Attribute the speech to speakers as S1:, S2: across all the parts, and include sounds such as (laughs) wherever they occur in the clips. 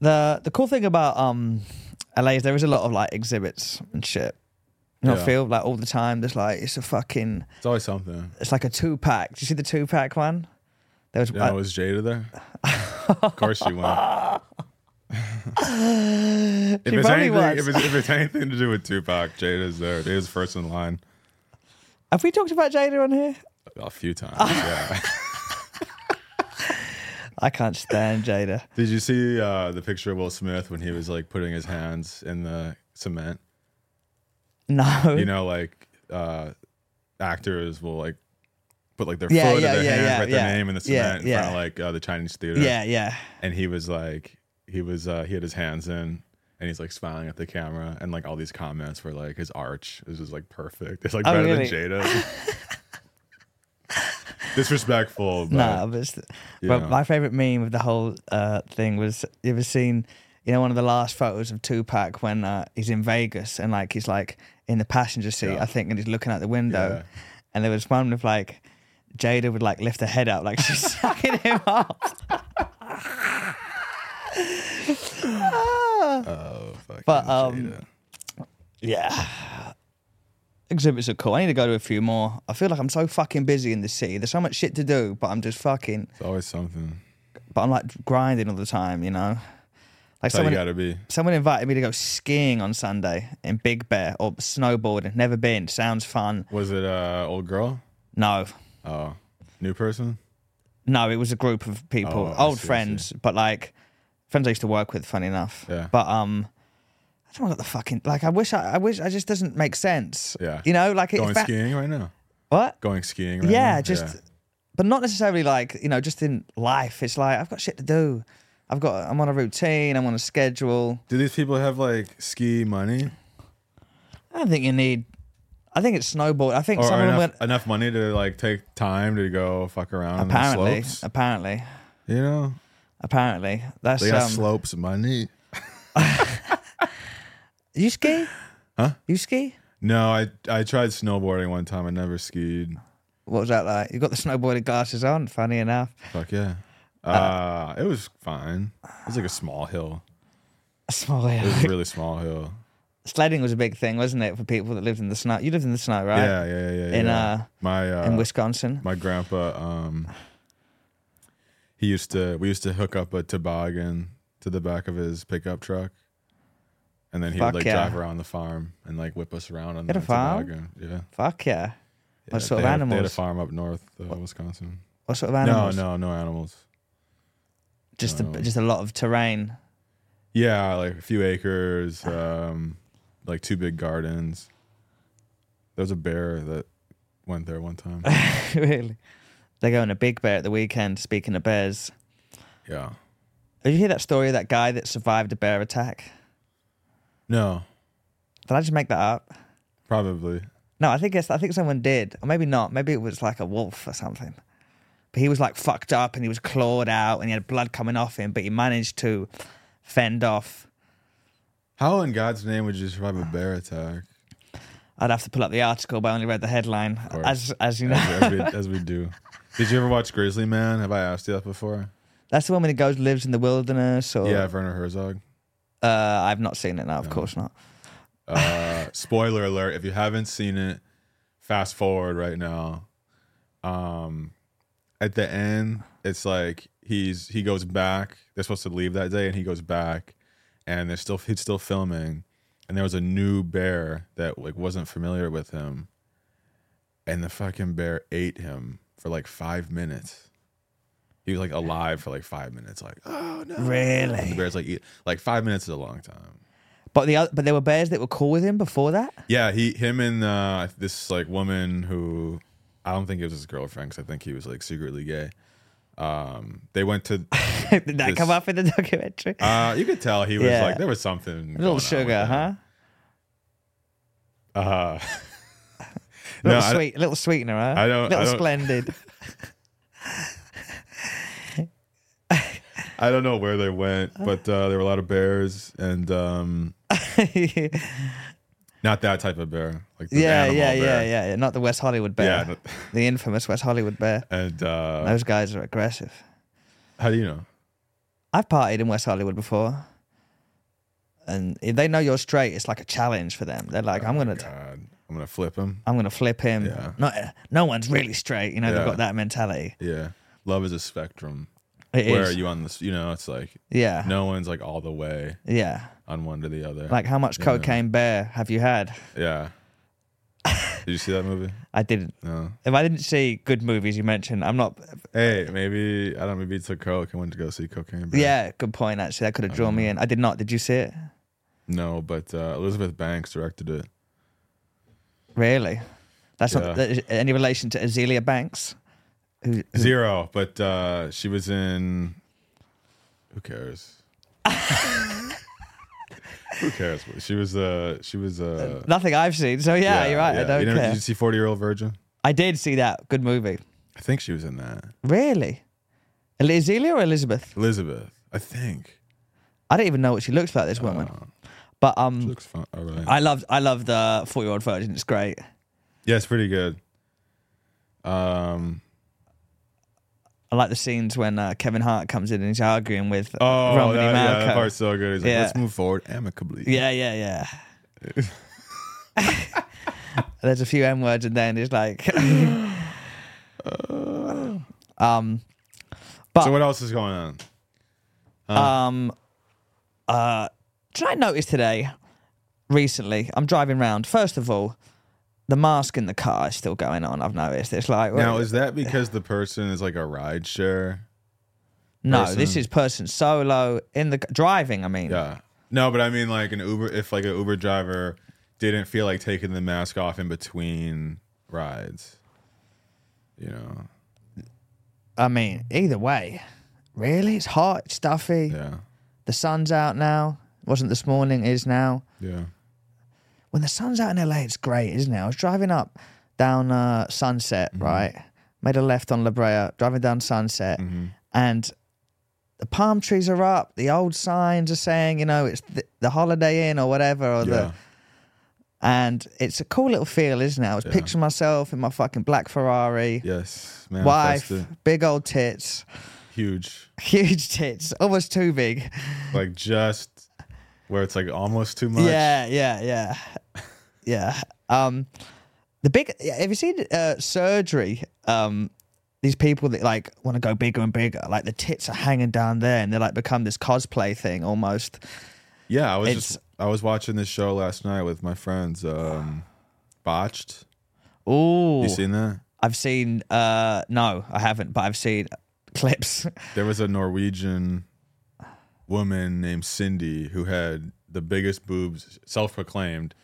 S1: the the cool thing about um LA is there is a lot of like exhibits and shit. You know,
S2: Yeah.
S1: I feel like all the time. There's like it's a fucking
S2: It's always something.
S1: it's like a two pack. Did you see the two pack one? There was uh,
S2: Yeah, was Jada there? of course
S1: (laughs)
S2: she went. if,
S1: She
S2: it's
S1: probably
S2: anything,
S1: was.
S2: if, it's, if it's anything to do with Tupac, Jada's there. It is first in line
S1: have we talked about Jada on here?
S2: a few
S1: (laughs)
S2: times. Yeah.
S1: I can't stand Jada. (laughs)
S2: Did you see uh, the picture of Will Smith when he was like putting his hands in the cement?
S1: No.
S2: You know, like uh, actors will like put like their
S1: Yeah,
S2: foot
S1: yeah,
S2: or their
S1: yeah,
S2: hand,
S1: yeah,
S2: write their
S1: yeah.
S2: name in the
S1: Yeah,
S2: cement in
S1: yeah.
S2: front of like uh, the Chinese theater.
S1: yeah, yeah.
S2: and he was like he was uh he had his hands in and he's like smiling at the camera and like all these comments were like his arch is just like perfect (laughs) it's like
S1: Oh,
S2: better
S1: really?
S2: than jada
S1: (laughs)
S2: disrespectful but
S1: No, but, it's-
S2: Yeah.
S1: but my favorite meme of the whole uh, thing was you ever seen you know one of the last photos of Tupac when uh, he's in Vegas and like he's like in the passenger seat I think and he's looking out the window
S2: Yeah.
S1: and there was one with like Jada would like lift her head up like (laughs) she's sucking him up.
S2: oh fucking
S1: But, um,
S2: Jada.
S1: Yeah. Exhibits are cool. I need to go to a few more. I feel like I'm so fucking busy in the city. There's so much shit to do, but I'm just fucking.
S2: it's always something
S1: But I'm like grinding all the time, you know. Like
S2: that's how
S1: someone,
S2: you gotta be
S1: someone invited me to go skiing on Sunday in Big Bear or snowboarding. Never been. Sounds fun.
S2: was it uh old girl
S1: No,
S2: oh new person
S1: no. It was a group of people,
S2: Oh, I
S1: old
S2: see, I
S1: friends, but like friends I used to work with. Funny enough,
S2: Yeah.
S1: but um. I don't know what the fucking like. I wish I, I wish I just doesn't make sense.
S2: Yeah.
S1: you know, like
S2: going
S1: if I-
S2: skiing right now
S1: What?
S2: going skiing right now?
S1: yeah, just, but not necessarily like you know, just in life. It's like I've got shit to do. I've got. I'm on a routine. I'm on a schedule.
S2: do these people have like ski money
S1: I don't think you need. I think it's snowboard. I think
S2: or
S1: someone
S2: enough,
S1: went.
S2: enough money to like take time to go fuck around on the
S1: Apparently,
S2: slopes
S1: apparently,
S2: you know
S1: apparently. That's
S2: They got
S1: um,
S2: slopes money.
S1: you ski. Huh? You ski?
S2: No, I I tried snowboarding one time. I never skied.
S1: What was that like? You got the snowboarding glasses on. Funny enough,
S2: Fuck yeah. Uh, it was fine. It was like a small hill.
S1: small
S2: It was a really
S1: (laughs)
S2: small hill.
S1: sledding was a big thing, wasn't it, for people that lived in the snow? You lived in the snow, right?
S2: Yeah, yeah, yeah, yeah.
S1: In,
S2: yeah.
S1: uh,
S2: my uh,
S1: in Wisconsin.
S2: my grandpa, um, he used to we used to hook up a toboggan to the back of his pickup truck, and then he
S1: Fuck
S2: would like
S1: yeah.
S2: drive around the farm and like whip us around on
S1: Had
S2: the
S1: a farm?
S2: toboggan. Yeah.
S1: Fuck yeah! What
S2: Yeah,
S1: sort of
S2: they had- They had a
S1: animals?
S2: farm up north, uh, Wisconsin.
S1: What sort of animals?
S2: No, no, no animals.
S1: just
S2: no.
S1: a, just a lot of terrain. (laughs)
S2: Yeah, like a few acres, um, like two big gardens. There was a bear that went there one time.
S1: really, they're going to Big Bear at the weekend. Speaking of bears,
S2: yeah.
S1: did you hear that story of that guy that survived a bear attack?
S2: No,
S1: Did I just make that up?
S2: probably.
S1: No, I think it's, I think someone did, or maybe not. Maybe it was like a wolf or something. But he was like fucked up, and he was clawed out, and he had blood coming off him. But he managed to fend off.
S2: How in God's name would you survive a bear attack?
S1: I'd have to pull up the article, but I only read the headline.
S2: course.
S1: As as you know, (laughs)
S2: As, as, we, as we do. Did you ever watch Grizzly Man? Have I asked you that before?
S1: that's the one when he goes lives in the wilderness. Or
S2: Yeah, Werner Herzog.
S1: uh, I've not seen it. No, of course not.
S2: Uh, spoiler alert: If you haven't seen it, fast forward right now. Um, at the end, it's like he's he goes back. They're supposed to leave that day, and he goes back, and they're still he's still filming, and there was a new bear that like wasn't familiar with him, and the fucking bear ate him for like five minutes. He was like alive for like five minutes. Like, oh no!
S1: Really?
S2: The bear's like, eat, like five minutes is a long time.
S1: But the oth- but there were bears that were cool with him before that. (laughs)
S2: Yeah, he, him, and uh, this like woman who I don't think it was his girlfriend because I think he was like secretly gay. Um, they
S1: (laughs)
S2: went to.
S1: Did that
S2: This-
S1: come up in the documentary?
S2: Uh, you could tell he was
S1: Yeah.
S2: like there was something.
S1: A (laughs) little
S2: going on with
S1: sugar,
S2: him.
S1: huh? (laughs)
S2: Uh,
S1: A
S2: no,
S1: little
S2: I,
S1: sweet, little sweetener, huh?
S2: I don't- I
S1: Little
S2: don't-
S1: splendid.
S2: I don't know where they went,
S1: Uh-huh.
S2: but uh, there were a lot of bears and um, (laughs)
S1: yeah,
S2: not that type of bear, like the
S1: yeah,
S2: animal
S1: yeah,
S2: bear.
S1: yeah, yeah. Not the West Hollywood bear,
S2: Yeah,
S1: the infamous West Hollywood bear.
S2: And uh,
S1: Those guys are aggressive.
S2: how do you know?
S1: I've partied in West Hollywood before. and if they know you're straight, it's like a challenge for them. They're like, I'm gonna,
S2: Oh God, I'm gonna flip him.
S1: I'm gonna flip him.
S2: Yeah.
S1: Not, no one's really straight. You know,
S2: Yeah.
S1: they've got that mentality.
S2: Yeah, love is a spectrum.
S1: It is.
S2: Where are you on this? You know, it's like
S1: Yeah.
S2: no one's like all the way
S1: Yeah.
S2: on one to the other.
S1: Like, how much cocaine bear have you had?
S2: yeah. Did you see that movie?
S1: I didn't.
S2: No.
S1: If I didn't see good movies you mentioned, I'm not.
S2: Hey, maybe I don't. know, Maybe it's a coke and went to go see cocaine. Bear.
S1: Yeah, good point. Actually, that could have drawn me in. I did not. Did you see it?
S2: No, but uh, Elizabeth Banks directed it.
S1: Really? That's
S2: Yeah.
S1: not that is- any relation to Azealia Banks. Who, who-
S2: Zero, but uh, she was in. Who cares?
S1: (laughs)
S2: Who cares? She was uh she was uh
S1: nothing I've seen. So yeah, you're right. I
S2: You
S1: don't
S2: never-
S1: care.
S2: Did you see Forty Year Old Virgin?
S1: I did see that good movie.
S2: I think she was in that.
S1: Really? El- Azealia or Elizabeth?
S2: Elizabeth, I think.
S1: I don't even know what she looks like. This woman. But
S2: Uh, She
S1: um,
S2: looks fun. All right.
S1: I loved I loved the Four Year Old Virgin. It's great.
S2: yeah, it's pretty good. Um.
S1: I like the scenes when uh, Kevin Hart comes in and he's arguing with
S2: Oh,
S1: Romney
S2: that, yeah,
S1: Malco.
S2: that part's so good. He's like,
S1: Yeah.
S2: let's move forward amicably.
S1: Yeah, yeah,
S2: (laughs)
S1: yeah. (laughs) There's a few M words in there, and it's like, um,
S2: So what else is going on?
S1: um, uh, did I notice today? Recently, I'm driving round. First of all, the mask in the car is still going on. I've noticed. It's like
S2: Now is that because the person is like a ride share?
S1: no,
S2: person-
S1: this is person solo in the c- driving. I mean,
S2: Yeah. No, but I mean like an Uber if like an Uber driver didn't feel like taking the mask off in between rides. You know.
S1: I mean, either way, really, it's hot, it's stuffy.
S2: Yeah.
S1: The sun's out now. Wasn't this morning? Is now.
S2: Yeah.
S1: when the sun's out in LA, it's great, isn't it? I was driving up down uh, Sunset,
S2: Mm-hmm.
S1: right? Made a left on La Brea, driving down Sunset,
S2: Mm-hmm.
S1: and the palm trees are up. The old signs are saying, you know, it's th- the Holiday Inn or whatever, or
S2: Yeah.
S1: the and it's a cool little feel, isn't it? I was picturing myself in my fucking black Ferrari,
S2: Yes.
S1: wife,
S2: Manifest it.
S1: big old tits, (laughs)
S2: Huge.
S1: huge tits, almost too big.
S2: Like just where it's like almost too much.
S1: Yeah, yeah, yeah, yeah. Um, the big. yeah, Have you seen uh, surgery? Um, these people that like want to go bigger and bigger, like the tits are hanging down there, and they like become this cosplay thing almost.
S2: Yeah, I was just
S1: It's-
S2: I was watching this show last night with my friends, um Botched.
S1: Ooh,
S2: You seen that?
S1: I've seen. Uh, no, I haven't, but I've seen clips. (laughs)
S2: There was a Norwegian woman named Cindy who had the biggest boobs, self proclaimed,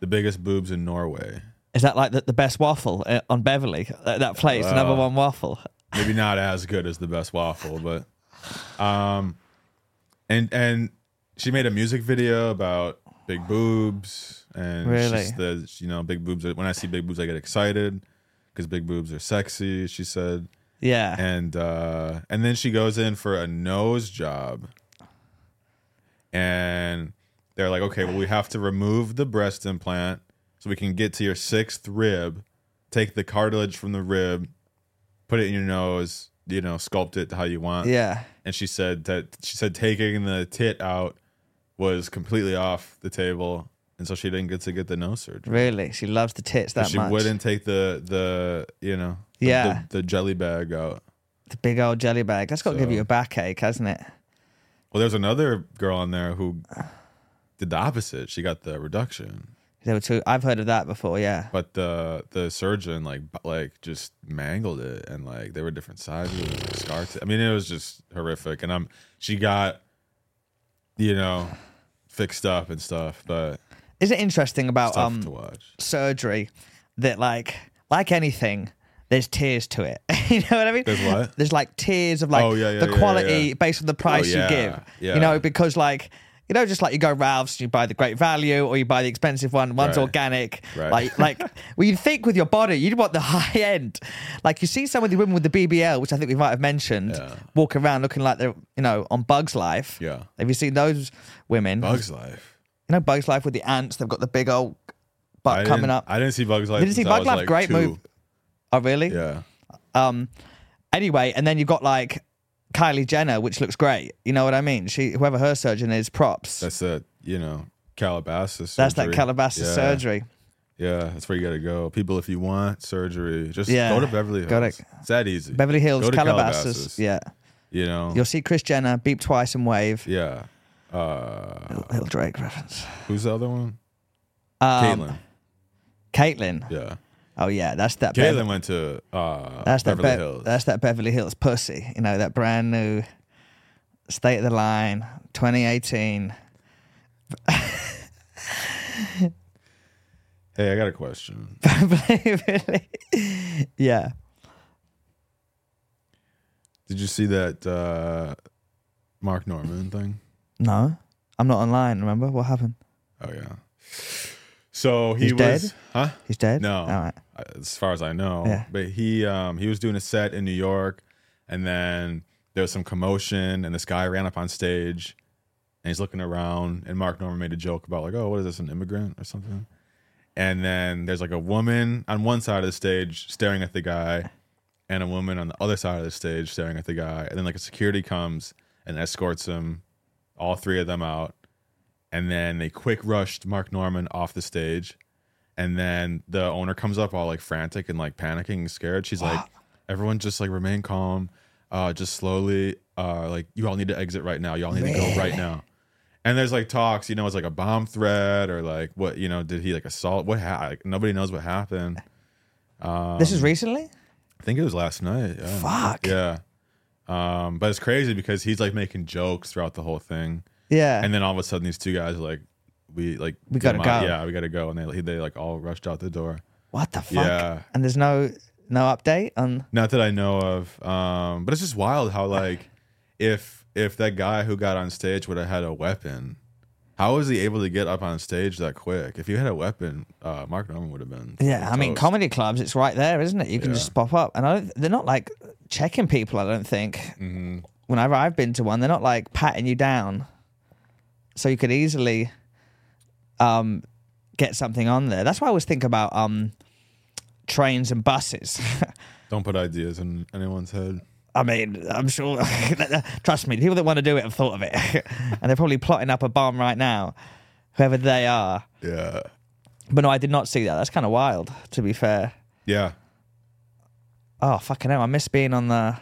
S2: the biggest boobs in Norway.
S1: Is that like the, the best waffle uh, on Beverly? That, that place, the number
S2: Wow.
S1: one waffle.
S2: Maybe not as good as the best waffle, but um and and she made a music video about big boobs and she
S1: Really?
S2: says, you know, big boobs are, when I see big boobs I get excited because big boobs are sexy, she said.
S1: Yeah.
S2: and uh and then she goes in for a nose job and they're like okay well we have to remove the breast implant so we can get to your sixth rib take the cartilage from the rib put it in your nose you know sculpt it how you want
S1: yeah.
S2: and she said that she said taking the tit out was completely off the table and so she didn't get to get the nose surgery
S1: Really, she loves the tits that
S2: she
S1: much.
S2: wouldn't take the the you know the-
S1: Yeah.
S2: the, the jelly bag out
S1: The big old jelly bag. That's got to give
S2: So-
S1: you a backache, hasn't it?
S2: Well, there's another girl on there who did the opposite. She got the reduction,
S1: There were two. I've heard of that before. Yeah.
S2: but the the surgeon like bu- like just mangled it, and like they were different sizes, like, scar. T- I mean, it was just horrific. And I'm she got, you know, fixed up and stuff, but
S1: Is it interesting about
S2: tough to
S1: um
S2: watch.
S1: surgery that like like anything, there's tears to it. (laughs) you know what I mean?
S2: There's what?
S1: There's like tears of like
S2: Oh, yeah, yeah,
S1: the
S2: yeah, yeah,
S1: quality
S2: yeah. Oh,
S1: based on the price
S2: yeah,
S1: you give.
S2: yeah.
S1: You know because like. You know, just like you go Ralph's, you buy the great value, or you buy the expensive one. One's
S2: Right.
S1: organic.
S2: Right.
S1: Like,
S2: (laughs)
S1: like, well, you think with your body, you'd want the (laughs) high end. Like, you see some of the women with the BBL, which I think we might have mentioned,
S2: Yeah.
S1: walk around looking like they're, you know, on Bugs Life.
S2: Yeah,
S1: Have you seen those women?
S2: Bugs Life.
S1: You know Bugs Life with the ants? They've got the big old butt
S2: I didn't-
S1: coming up.
S2: I didn't see Bugs Life.
S1: Didn't see
S2: since I
S1: Bug
S2: was,
S1: Life?
S2: like,
S1: Great
S2: two.
S1: move. Oh, really?
S2: Yeah,
S1: Um. Anyway, and then you've got like Kylie Jenner, which looks great. You know what I mean? She, whoever her surgeon is, props. That's,
S2: That's that, you know, Calabasas.
S1: that
S2: surgery.
S1: Calabasas
S2: Yeah.
S1: surgery.
S2: Yeah, that's where you got to go. People, if you want surgery, just
S1: Yeah,
S2: go to Beverly Hills.
S1: go to-
S2: it's that easy.
S1: Beverly Hills,
S2: Go to Oh.
S1: Calabasas. Yeah,
S2: You know?
S1: you'll see Chris Jenner beep twice and wave.
S2: yeah. Uh,
S1: Little, little Drake reference.
S2: who's the other one?
S1: Um,
S2: Caitlin.
S1: Caitlyn.
S2: Yeah.
S1: Oh yeah, that's that. Bev-
S2: Caitlin went to uh,
S1: that's that.
S2: Beverly
S1: Bev-
S2: Hills.
S1: That's that Beverly Hills pussy. You know that brand new state of the line, 2018.
S2: hey, I got a question.
S1: (laughs) Beverly- yeah.
S2: Did you see that uh, Mark Norman thing?
S1: No, I'm not online. Remember what happened?
S2: Oh yeah. So he
S1: He's
S2: was,
S1: dead?
S2: huh?
S1: He's dead.
S2: No.
S1: All right.
S2: uh, as far as I know.
S1: Yeah.
S2: But he um he was doing a set in New York and then there was some commotion and this guy ran up on stage and he's looking around and Mark Norman made a joke about like, oh, what is this, an immigrant or something? And then there's like a woman on one side of the stage staring at the guy and a woman on the other side of the stage staring at the guy. And then like a security comes and escorts him, all three of them out. And then they quick rushed Mark Norman off the stage. And then the owner comes up all like frantic and like panicking and scared. She's
S1: (gasps)
S2: like, everyone just like remain calm. Uh, just slowly, uh, like you all need to exit right now. Y'all need to go right
S1: Really?
S2: now. And there's like talks, you know, it's like a bomb threat or like what, you know, did he like assault? What ha- like, nobody knows what happened. Um,
S1: this is recently.
S2: I think it was last night. Yeah.
S1: Fuck.
S2: Yeah. Um, but it's crazy because he's like making jokes throughout the whole thing,
S1: Yeah.
S2: and then all of a sudden these two guys are like, "We like
S1: We
S2: get 'em
S1: gotta
S2: out.
S1: go.
S2: Yeah, we gotta go. And they they like all rushed out the door.
S1: what the fuck?
S2: Yeah.
S1: And there's no no update on.
S2: Not that I know of. Um, but it's just wild how like if if that guy who got on stage would have had a weapon, how was he able to get up on stage that quick? If he had a weapon, uh, Mark Norman would have been.
S1: Yeah, I mean
S2: toast.
S1: comedy clubs. It's right there, isn't it? You can
S2: Oh, Yeah.
S1: just pop up, and I don't, they're not like checking people. I don't think.
S2: Mhm.
S1: whenever I've been to one, they're not like patting you down. So you could easily um, get something on there. That's why I always think about um, trains and buses. (laughs)
S2: Don't put ideas in anyone's head.
S1: I mean, I'm sure, (laughs) trust me, the people that want to do it have thought of it. (laughs) and they're probably plotting up a bomb right now, whoever they are.
S2: Yeah.
S1: But no, I did not see that. That's kind of wild, to be fair.
S2: Yeah.
S1: Oh, fucking hell. I miss being on the,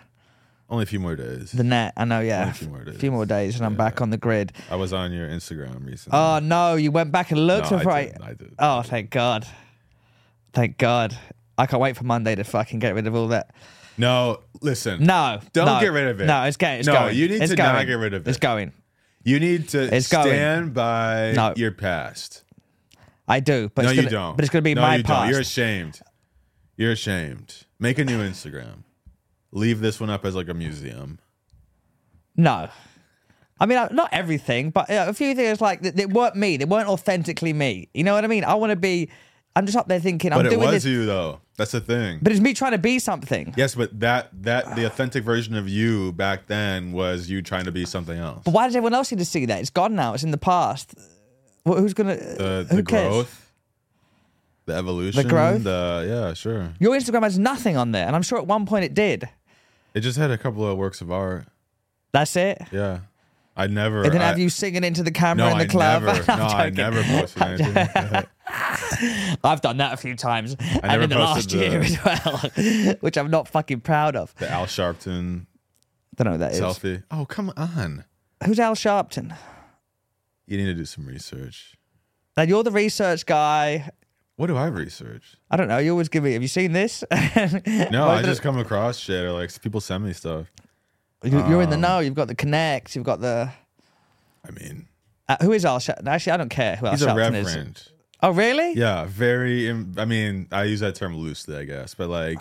S2: Only a few more days.
S1: the net. I know,
S2: Only
S1: yeah.
S2: a few more days.
S1: A few more days and I'm back on the grid.
S2: I was on your Instagram recently.
S1: Oh, no, you went back and looked
S2: No,
S1: for
S2: I
S1: right.
S2: did, I did.
S1: Oh, thank God. Thank God. I can't wait for Monday to fucking get rid of all that.
S2: No, listen.
S1: No.
S2: Don't
S1: no.
S2: get rid of it.
S1: No, it's, ga- it's
S2: No,
S1: going.
S2: you need
S1: It's
S2: to
S1: going.
S2: not get rid of
S1: It's
S2: it.
S1: going.
S2: You need to
S1: It's going.
S2: stand by
S1: No.
S2: your past.
S1: I do. But
S2: no,
S1: it's gonna,
S2: you don't.
S1: But it's going to be
S2: no,
S1: my
S2: you
S1: past.
S2: Don't. You're ashamed. You're ashamed. Make a new Instagram. Leave this one up as like a museum.
S1: No. I mean, I- not everything, but uh, a few things like that, that weren't me. They weren't authentically me. You know what I mean? I want to be. I'm just up there thinking I'm
S2: But it
S1: doing
S2: was
S1: this,
S2: you though. That's the thing.
S1: but it's me trying to be something.
S2: yes, but that that the authentic version of you back then was you trying to be something else.
S1: But why does everyone else need to see that? It's gone now. It's in the past. Wh- Who's gonna?
S2: The
S1: who
S2: the
S1: cares?
S2: growth, the evolution,
S1: growth?
S2: the yeah, sure.
S1: Your Instagram has nothing on there, and I'm sure at one point it did.
S2: It just had a couple of works of art.
S1: That's it.
S2: Yeah. I never.
S1: And then
S2: I,
S1: have you singing into the camera
S2: no,
S1: in the
S2: I
S1: club.
S2: Never, no,
S1: (laughs) I'm
S2: I
S1: joking.
S2: never posted anything. like that.
S1: I've done that a few times, and
S2: never
S1: in the last
S2: posted
S1: year as well, (laughs) which I'm not fucking proud of.
S2: (laughs) The Al Sharpton
S1: Don't know who that is.
S2: selfie. Oh, come on.
S1: Who's Al Sharpton?
S2: You need to do some research.
S1: Now you're the research guy.
S2: What do I research?
S1: I don't know. You always give me. Have you seen this? (laughs)
S2: No,
S1: Why
S2: I
S1: did
S2: just come across shit or like people send me stuff.
S1: You, you're
S2: Um.
S1: in the know. You've got the connect. You've got the.
S2: I mean,
S1: Uh, who is Al Sharpton? Actually, I don't care who Al
S2: he's a
S1: Sharpton is.
S2: reverend.
S1: Oh, really?
S2: Yeah, very. im- I mean, I use that term loosely, I guess, but like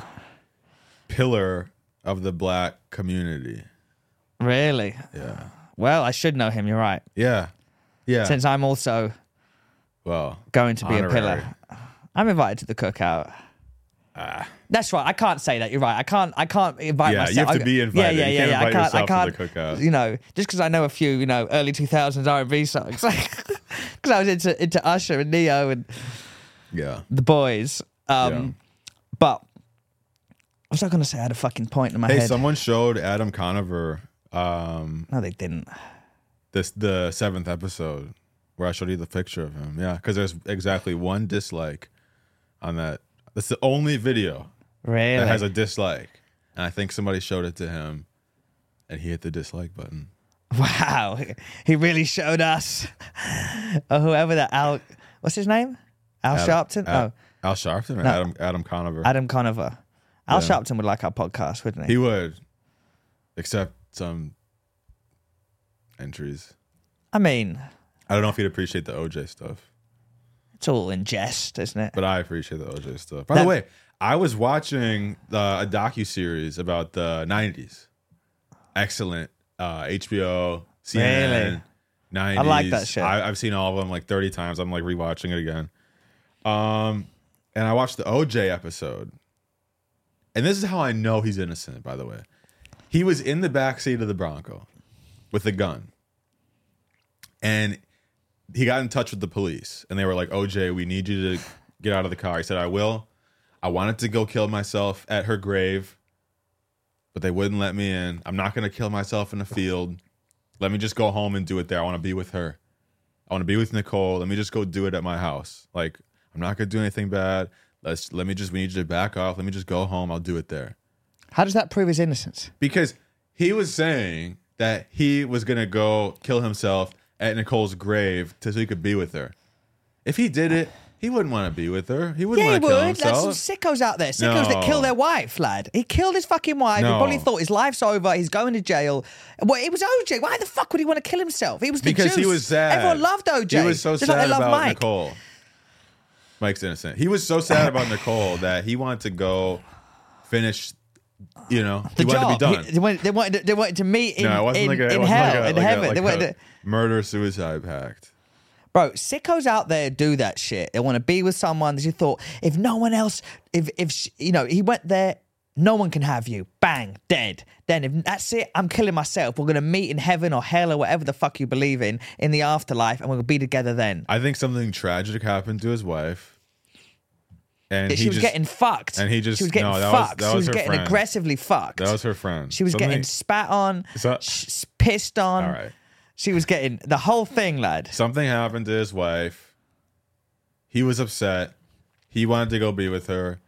S2: pillar of the black community.
S1: Really?
S2: Yeah.
S1: Well, I should know him. You're right.
S2: Yeah. Yeah.
S1: Since I'm also
S2: well,
S1: going to be a
S2: honorary.
S1: pillar. I'm invited to the cookout. That's right. I can't say that. You're right. I can't. I can't invite
S2: Ah. Yeah, you
S1: myself.
S2: have
S1: I-
S2: to be invited.
S1: Yeah, yeah,
S2: You
S1: yeah.
S2: can't
S1: yeah.
S2: invite
S1: I
S2: yourself
S1: can't.
S2: to the
S1: I can't.
S2: cookout.
S1: You know, just because I know a few, you know, early 2000s R&B songs, (laughs) because I was into into Usher and Neo and
S2: Yeah.
S1: the boys. Um,
S2: Yeah.
S1: But I was not going to say I had a fucking point in my
S2: Hey,
S1: head.
S2: someone showed Adam Conover Um,
S1: No, they didn't.
S2: this the seventh episode where I showed you the picture of him. Yeah, because there's exactly one dislike on that. That's the only video that
S1: Really?
S2: has a dislike, and I think somebody showed it to him, and he hit the dislike button.
S1: wow. He really showed us. or whoever that Al, what's his name? Al
S2: Adam-
S1: Sharpton?
S2: Al,
S1: oh,
S2: Al Sharpton or
S1: No.
S2: Adam Adam Conover?
S1: Adam Conover. Al Sharpton would like our podcast, wouldn't he?
S2: he would accept some entries.
S1: I mean,
S2: I don't know if he'd appreciate the OJ stuff,
S1: it's all in jest, isn't (laughs) it?
S2: but I appreciate the OJ stuff. By
S1: That-
S2: the way, I was watching uh, a docu series about the '90s. Excellent uh, HBO, CNN.
S1: Really?
S2: 90s.
S1: I like that shit.
S2: I, I've seen all of them like 30 times. I'm like rewatching it again. Um, and I watched the OJ episode. And this is how I know he's innocent, by the way. He was in the backseat of the Bronco with a gun. And he got in touch with the police. And they were like, OJ, we need you to get out of the car. He said, I will. I wanted to go kill myself at her grave, but they wouldn't let me in. I'm not going to kill myself in the field. Let me just go home and do it there. I want to be with her. I want to be with Nicole. Let me just go do it at my house. Like I'm not gonna do anything bad. Let's let me just we need you to back off. Let me just go home. I'll do it there.
S1: How does that prove his innocence?
S2: Because he was saying that he was gonna go kill himself at Nicole's grave to, so he could be with her. If he did it, he wouldn't want to be with her. He wouldn't
S1: Yeah, he
S2: want to kill
S1: would. That's
S2: himself.
S1: some sickos out there. Sickos that kill
S2: No.
S1: their wife, lad. He killed his fucking wife. He
S2: No.
S1: probably thought his life's over. He's going to jail. Well, it was OJ. Why the fuck would he want to kill himself? He was the
S2: because he
S1: juice.
S2: was sad.
S1: Everyone loved OJ.
S2: He was so
S1: Just
S2: sad
S1: like they love
S2: about
S1: Mike.
S2: Nicole. Mike's innocent. He was so sad about Nicole that he wanted to go finish. You know,
S1: The
S2: he wanted
S1: job.
S2: to be done.
S1: He- they, wanted, they, wanted to, they wanted to meet in,
S2: no, it wasn't
S1: in,
S2: like a, it
S1: in
S2: wasn't
S1: hell,
S2: like a,
S1: in
S2: like a-
S1: heaven.
S2: like
S1: they
S2: a
S1: wanted to-
S2: murder suicide pact.
S1: Bro, sickos out there do that shit. They want to be with someone that you thought, if no one else, if, if sh you know, he went there, no one can have you. Bang, dead. Then if that's it, I'm killing myself. We're going to meet in heaven or hell or whatever the fuck you believe in, in the afterlife, and we're going to be together then.
S2: I think something tragic happened to his wife, and
S1: That
S2: he
S1: she was
S2: just,
S1: getting fucked.
S2: and he just-
S1: she was getting
S2: no, that was-
S1: fucked.
S2: that
S1: she was
S2: was her
S1: getting
S2: friend.
S1: aggressively fucked.
S2: That was her friend.
S1: she was
S2: Something-
S1: getting spat on,
S2: So-
S1: sh- s- pissed on.
S2: All right.
S1: She was getting the whole thing, lad.
S2: Something happened to his wife. He was upset. He wanted to go be with her.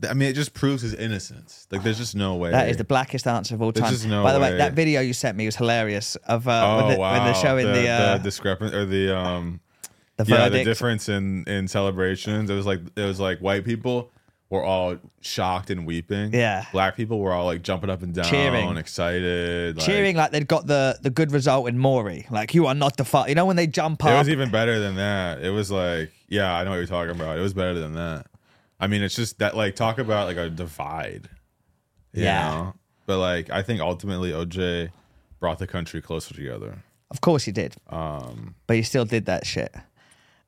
S2: Th- I mean, it just proves his innocence. Like, there's just no way.
S1: That is the blackest answer of all time.
S2: just no
S1: By the way,
S2: way.
S1: that video you sent me was hilarious. Of uh,
S2: Oh
S1: when, the,
S2: wow!
S1: when they're showing the the, uh, the,
S2: discrepancy or the um yeah the
S1: verdict.
S2: difference in in celebrations. It was like it was like white people were all shocked and weeping.
S1: Yeah.
S2: black people were all like jumping up and down,
S1: Cheering.
S2: excited, like-
S1: Cheering like they'd got the the good result in Maury. Like you are not the fuck. You know when they jump
S2: It
S1: up.
S2: was even better than that. It was like, yeah, I know what you're talking about. It was better than that. I mean, it's just that like talk about like a divide. you
S1: Yeah.
S2: know? But like I think ultimately OJ brought the country closer together.
S1: of course you did,
S2: Um
S1: but you still did that shit.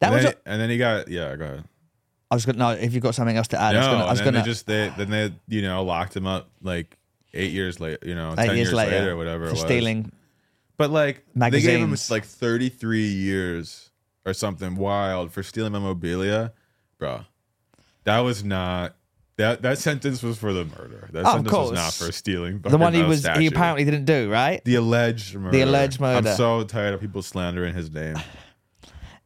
S1: That
S2: and
S1: was.
S2: then,
S1: a-
S2: and then he got yeah, go ahead.
S1: I was gonna. No, if you got something else to add, I
S2: No,
S1: was gonna. I
S2: and
S1: was
S2: then
S1: gonna
S2: they just they then they you know locked him up like eight years later, you know, ten
S1: eight years later,
S2: or whatever. it
S1: for
S2: was.
S1: stealing.
S2: But like they gave him
S1: Magazines.
S2: like 33 years or something wild for stealing memorabilia, bro. That was not that that sentence was for the murder. That
S1: Oh, of
S2: sentence was
S1: course.
S2: not for stealing.
S1: The one he
S2: fucking a
S1: was he
S2: statue.
S1: apparently didn't do right.
S2: the alleged murder.
S1: alleged murder.
S2: I'm so tired of people slandering his
S1: (laughs)
S2: name.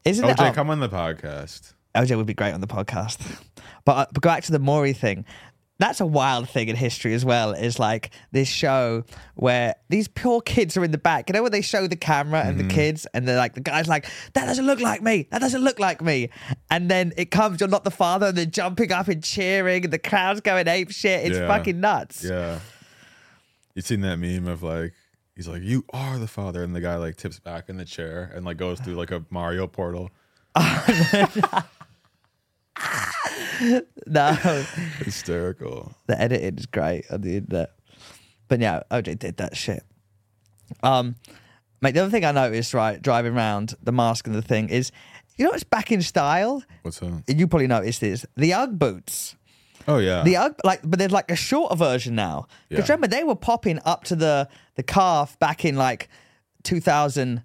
S1: Isn't it?
S2: OJ,
S1: oh,
S2: come on the podcast.
S1: OJ would be great on the podcast. (laughs) But, uh, but go back to the Maury thing. That's a wild thing in history as well. Is like this show where these poor kids are in the back. You know when they show the camera and
S2: Mm-hmm.
S1: the kids, and they're like, the guy's like, "That doesn't look like me. That doesn't look like me." And then it comes, you're not the father, and they're jumping up and cheering, and the crowd's going ape shit. It's
S2: Yeah.
S1: fucking nuts.
S2: Yeah. You seen that meme of like he's like, You are the father, and the guy like tips back in the chair and like goes through like a Mario portal. (laughs)
S1: No, (laughs)
S2: Hysterical.
S1: the editing is great on the internet. But yeah, OJ did that shit. Um, mate, the other thing I noticed, right, driving around, the mask and the thing is, you know what's back in style?
S2: What's up?
S1: You probably noticed this. The UGG boots.
S2: Oh yeah.
S1: The UGG, like, but there's like a shorter version now. Because
S2: Yeah.
S1: remember, they were popping up to the the calf back in like 2009,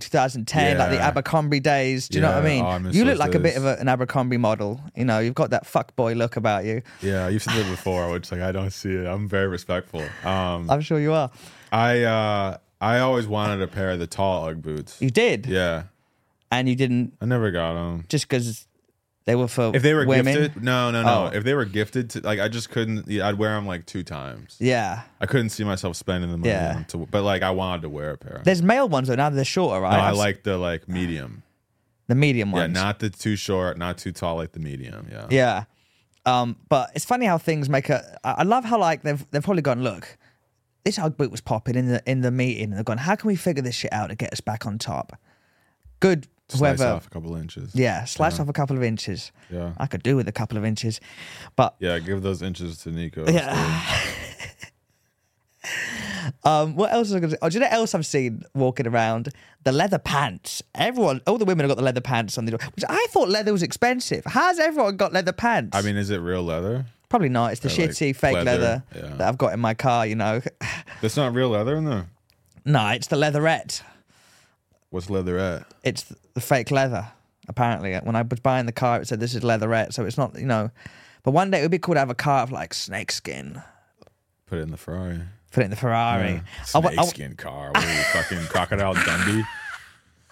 S1: 2010, like the
S2: Yeah.
S1: Abercrombie days. Do you know what I
S2: Yeah,
S1: mean?
S2: oh, I miss
S1: you look
S2: those
S1: like a bit
S2: days.
S1: of a, an Abercrombie model. You know, you've got that fuckboy look about you.
S2: Yeah, you've seen it before, which like I don't see it. I'm very respectful. Um,
S1: I'm sure you are.
S2: I uh I always wanted a pair of the tall UGG boots.
S1: You did,
S2: Yeah,
S1: and you didn't
S2: I never got them.
S1: just because they were for
S2: If they were
S1: women.
S2: gifted, no, no, no.
S1: Oh.
S2: If they were gifted, to, like I just couldn't. Yeah, I'd wear them like two times.
S1: Yeah,
S2: I couldn't see myself spending the money.
S1: Yeah.
S2: on to, but like I wanted to wear a pair.
S1: there's male ones though. Now they're shorter, right?
S2: No, I
S1: I've-
S2: like the like medium.
S1: the medium
S2: Yeah,
S1: ones.
S2: not the too short, not too tall, like the medium. Yeah.
S1: Yeah. Um, but it's funny how things make a. I I love how like they've they've probably gone look. This UGG boot was popping in the in the meeting, and they've gone. How can we figure this shit out to get us back on top? Good,
S2: Slice
S1: whoever.
S2: off a couple inches.
S1: Yeah, slice off a couple of inches.
S2: Yeah.
S1: I could do with a couple of inches, but
S2: Yeah, give those inches to Nico.
S1: Yeah. um, what else is I going to say? Oh, do you know what else I've seen walking around? The leather pants. Everyone, all the women have got the leather pants on the door, which I thought leather was expensive. How's everyone got leather pants?
S2: I mean, is it real leather?
S1: Probably not. It's the
S2: They're, like,
S1: shitty fake
S2: leather,
S1: leather,
S2: yeah.
S1: that I've got in my car, you know. (sighs)
S2: That's not real leather in there.
S1: no, it's the leatherette.
S2: What's leather at?
S1: It's the fake leather, apparently. When I was buying the car, it said this is leatherette. So it's not, you know. But one day it would be cool to have a car of like snake skin.
S2: Put it in the Ferrari.
S1: Put it in the Ferrari.
S2: Yeah.
S1: I wa- I
S2: Snake
S1: wa-
S2: skin car. What are you, fucking crocodile Dundee? (laughs)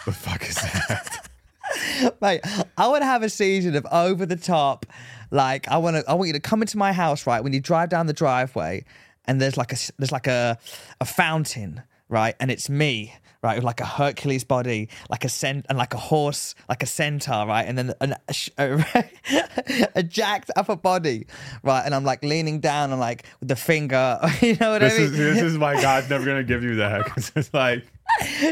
S2: The fuck is that?
S1: (laughs) Mate, I want to have a season of over the top. Like I want to, I want you to come into my house, right? When you drive down the driveway, and there's like a s- there's like a a fountain, right? And it's me, right, with like a Hercules body, like a cent and like a horse, like a centaur, right? And then an, a, sh- a, (laughs) a jacked upper body, right? And I'm like leaning down and like with the finger, (laughs) you know what
S2: This
S1: I mean?
S2: is this is why God's never gonna give you that 'cause it's like